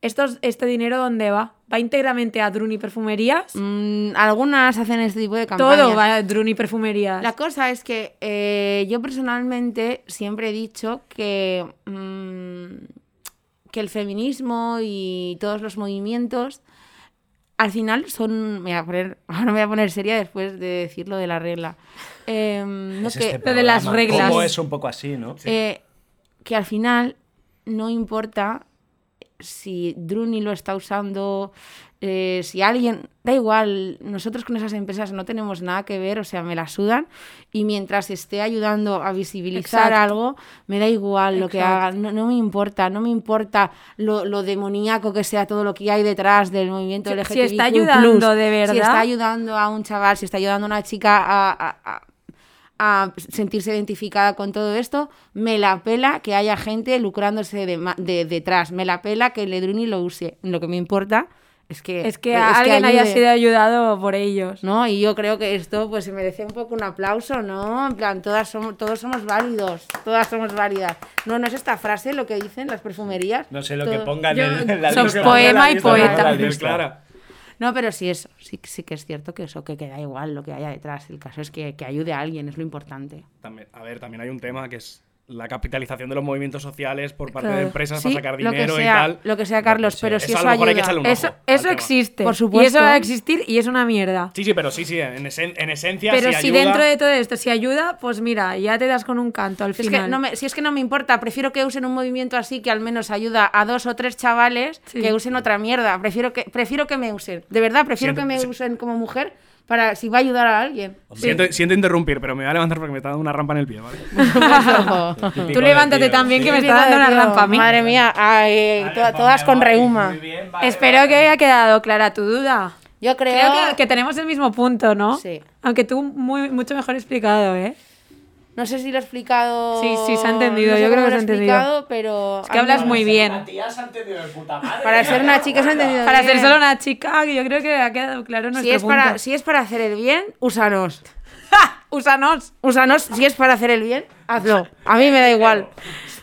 Speaker 2: estos, ¿este dinero dónde va? ¿Va íntegramente a Druni Perfumerías?
Speaker 1: mm, algunas hacen este tipo de campañas.
Speaker 2: Todo va a Druni Perfumerías.
Speaker 1: La cosa es que eh, yo personalmente siempre he dicho que, mm, que el feminismo y todos los movimientos al final son. Me voy a poner, [LAUGHS] ahora me voy a poner seria después de decir lo de la regla. Em, no
Speaker 6: Es
Speaker 1: que-
Speaker 6: este
Speaker 2: Lo de las
Speaker 6: programa, como
Speaker 2: reglas.
Speaker 6: es un poco así, ¿no?
Speaker 1: eh, que al final no importa si Druni lo está usando, eh, si alguien, da igual, nosotros con esas empresas no tenemos nada que ver, o sea, me la sudan y mientras esté ayudando a visibilizar
Speaker 2: Exacto.
Speaker 1: algo, me da igual lo que
Speaker 2: Exacto.
Speaker 1: hagan, no, no me importa, no me importa lo, lo demoníaco que sea todo lo que hay detrás del movimiento
Speaker 2: Si-
Speaker 1: LGTBIQ+.
Speaker 2: si está ayudando de
Speaker 1: si
Speaker 2: verdad.
Speaker 1: está ayudando a un chaval, si está ayudando a una chica a- a- a a sentirse identificada con todo esto, me la pela que haya gente lucrándose de ma- de- detrás, me la pela que Ledruni lo use. Lo que me importa es que...
Speaker 2: Es que alguien haya
Speaker 1: ayude,
Speaker 2: sido ayudado por ellos.
Speaker 1: ¿No? Y yo creo que esto pues se merece un poco un aplauso, ¿no? En plan, todas somos, todos somos válidos, todas somos válidas. No, no es esta frase lo que dicen las perfumerías.
Speaker 6: No sé lo que
Speaker 1: Todo-
Speaker 6: pongan
Speaker 2: yo-
Speaker 6: en, en la
Speaker 2: sos
Speaker 6: lista.
Speaker 2: poema y
Speaker 6: Lo que pongan en la
Speaker 2: poeta.
Speaker 6: lista.
Speaker 5: Clara.
Speaker 1: No, pero sí eso, sí, sí que es cierto que eso, que queda igual lo que haya detrás. El caso es que, que ayude a alguien, es lo importante.
Speaker 5: También, a ver, también hay un tema que es la capitalización de los movimientos sociales por parte de
Speaker 2: Claro.
Speaker 5: empresas
Speaker 1: Sí,
Speaker 5: para sacar
Speaker 1: lo que
Speaker 5: dinero
Speaker 1: sea,
Speaker 5: y tal.
Speaker 1: Lo que sea, Carlos,
Speaker 6: sea.
Speaker 1: pero si
Speaker 5: Eso
Speaker 1: eso,
Speaker 5: a lo mejor hay que
Speaker 1: ayuda-
Speaker 5: echarle un
Speaker 2: Eso,
Speaker 5: ojo al
Speaker 2: eso
Speaker 5: tema.
Speaker 2: existe.
Speaker 1: Por supuesto.
Speaker 2: Y eso va a existir y es una mierda.
Speaker 5: Sí, sí, pero sí, sí, en, esen- en esencia
Speaker 2: Pero
Speaker 5: sí
Speaker 2: si
Speaker 5: ayuda.
Speaker 2: dentro de todo esto, si ayuda, pues mira, ya te das con un canto al
Speaker 1: Si es,
Speaker 2: final.
Speaker 1: que no me, si es que no me importa, prefiero que usen un movimiento así que al menos ayuda a dos o tres chavales
Speaker 2: Sí.
Speaker 1: que usen otra mierda. Prefiero que, prefiero que me usen. De verdad, prefiero
Speaker 5: Siento-
Speaker 1: que me
Speaker 5: sí.
Speaker 1: usen como mujer para si va a ayudar a alguien.
Speaker 5: Siento, siento interrumpir, pero me voy a levantar porque me está dando una rampa en el pie, ¿vale?
Speaker 1: [LAUGHS]
Speaker 5: [LAUGHS]
Speaker 2: Tú levántate también que me está dando una rampa a mí.
Speaker 1: Madre mía, ay, to-
Speaker 5: pues
Speaker 1: todas con reuma.
Speaker 3: Muy bien, vale,
Speaker 5: [LAUGHS]
Speaker 2: Espero
Speaker 3: vale.
Speaker 2: que haya quedado clara tu duda.
Speaker 1: Yo creo,
Speaker 2: Creo que, que tenemos el mismo punto, ¿no?
Speaker 1: Sí.
Speaker 2: Aunque tú muy, mucho mejor explicado, ¿eh?
Speaker 1: No sé si lo he explicado.
Speaker 2: Sí, sí, se ha entendido,
Speaker 1: no sé
Speaker 2: yo
Speaker 1: cómo
Speaker 2: creo que
Speaker 1: lo he
Speaker 2: se ha entendido.
Speaker 1: explicado, pero.
Speaker 2: Es que hablas
Speaker 1: Anda,
Speaker 2: muy
Speaker 3: Para
Speaker 2: bien.
Speaker 3: ser una tía se ha entendido de puta madre.
Speaker 1: Para ser una chica se ha entendido.
Speaker 2: Para ser
Speaker 1: bien.
Speaker 2: solo una chica, yo creo que ha quedado claro nuestro
Speaker 1: Si es,
Speaker 2: punto.
Speaker 1: para, si es para hacer el bien,
Speaker 2: [LAUGHS]
Speaker 1: úsanos.
Speaker 2: Úsanos.
Speaker 1: Úsanos, si es para hacer el bien, hazlo. A mí me da igual.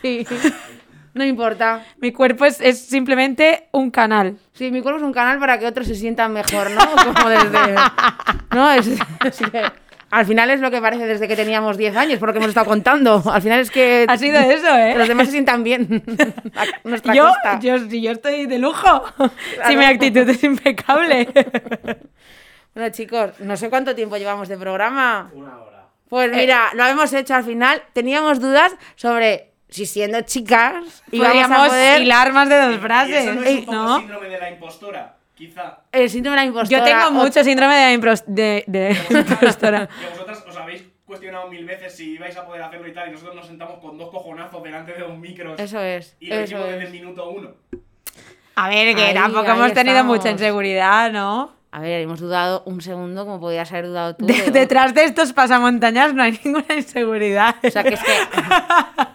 Speaker 1: Sí. No importa.
Speaker 2: [LAUGHS] Mi cuerpo es, es simplemente un canal.
Speaker 1: Sí, mi cuerpo es un canal para que otros se sientan mejor, ¿no?
Speaker 2: [LAUGHS]
Speaker 1: Como desde. No, es. [LAUGHS] es que al final es lo que parece desde que teníamos 10 años, por lo que hemos estado contando. Al final es que.
Speaker 2: Ha sido eso,
Speaker 1: que los
Speaker 2: ¿eh?
Speaker 1: demás se sientan
Speaker 2: [LAUGHS]
Speaker 1: bien. A nuestra
Speaker 2: Yo,
Speaker 1: costa.
Speaker 2: yo, si yo estoy
Speaker 1: [LAUGHS]
Speaker 2: de lujo. Si mi actitud es impecable.
Speaker 1: Bueno, chicos, no sé cuánto tiempo llevamos de programa.
Speaker 3: Una hora.
Speaker 1: Pues
Speaker 2: Eh.
Speaker 1: mira, lo hemos hecho al final. Teníamos dudas sobre si siendo chicas íbamos a
Speaker 2: Podríamos
Speaker 1: poder.
Speaker 2: hilar más de dos
Speaker 5: ¿Y eso no
Speaker 2: frases.
Speaker 5: es un poco
Speaker 2: eh, ¿no?
Speaker 5: síndrome de la impostora? Quizá.
Speaker 1: El síndrome de la
Speaker 2: Yo
Speaker 1: impostora.
Speaker 2: tengo
Speaker 1: o-
Speaker 2: mucho síndrome de, la impros- de,
Speaker 1: [LAUGHS]
Speaker 2: de [LAUGHS] impostora.
Speaker 5: Que vosotras os habéis cuestionado mil veces si ibais a poder hacerlo y tal, y nosotros nos sentamos con dos cojonazos delante de dos micros
Speaker 1: Eso es.
Speaker 5: y lo
Speaker 1: eso
Speaker 5: hicimos
Speaker 1: es.
Speaker 5: desde el minuto uno.
Speaker 2: A ver, que
Speaker 1: Ahí,
Speaker 2: tampoco
Speaker 1: ahí
Speaker 2: hemos tenido
Speaker 1: estamos.
Speaker 2: mucha inseguridad, ¿no?
Speaker 1: A ver, hemos dudado un segundo, como podías haber dudado tú.
Speaker 2: De-
Speaker 1: pero-
Speaker 2: detrás de estos pasamontañas no hay [LAUGHS] ninguna inseguridad.
Speaker 1: O sea, que es que, [LAUGHS]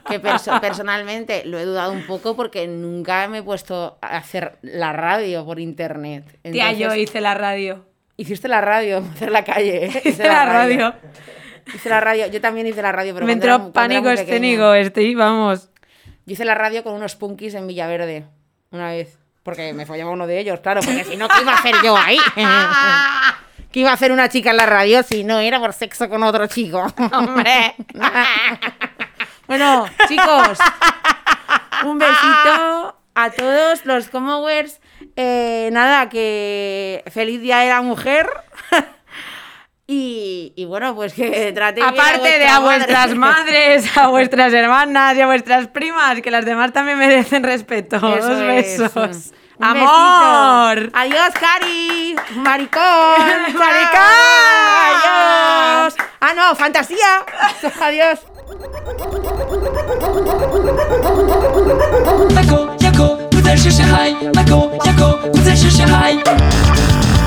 Speaker 1: que perso- personalmente lo he dudado un poco porque nunca me he puesto a hacer la radio por internet.
Speaker 2: Tía, yo
Speaker 1: Entonces,
Speaker 2: hice
Speaker 1: [LAUGHS]
Speaker 2: la radio.
Speaker 1: Hiciste la radio, [LAUGHS] hacer la calle. ¿eh?
Speaker 2: Hice la radio.
Speaker 1: Hice la radio. Yo también hice la radio, pero
Speaker 2: Me
Speaker 1: cuando era-
Speaker 2: entró
Speaker 1: cuando era
Speaker 2: pánico este
Speaker 1: muy pequeña.
Speaker 2: escénico, estoy, vamos.
Speaker 1: Yo hice la radio con unos punkis en Villaverde una vez. Porque me follaba uno de ellos, claro, porque si no, ¿qué iba a hacer yo
Speaker 2: [LAUGHS]
Speaker 1: ahí? ¿Qué iba a hacer una chica en la radio si no era por sexo con otro chico?
Speaker 2: [LAUGHS] Hombre. [LAUGHS]
Speaker 1: Bueno, chicos, [LAUGHS] un besito a todos los Comowers. Eh, nada, que feliz día de la mujer. [LAUGHS] Y, y bueno, pues que tratéis bien
Speaker 2: Aparte de a
Speaker 1: vuestra
Speaker 2: vuestras madres, a vuestras hermanas y a vuestras primas, que las demás también merecen respeto.
Speaker 1: Eso
Speaker 2: Dos
Speaker 1: es.
Speaker 2: besos.
Speaker 1: Un
Speaker 2: ¡Amor!
Speaker 1: besito. Adiós,
Speaker 2: [LAUGHS]
Speaker 1: Cari. Maricón.
Speaker 2: Maricón.
Speaker 1: Adiós. Ah, no, fantasía. Adiós.
Speaker 7: Michael, Jaco, 不再是小孩。Michael, Jaco, 不再是小孩。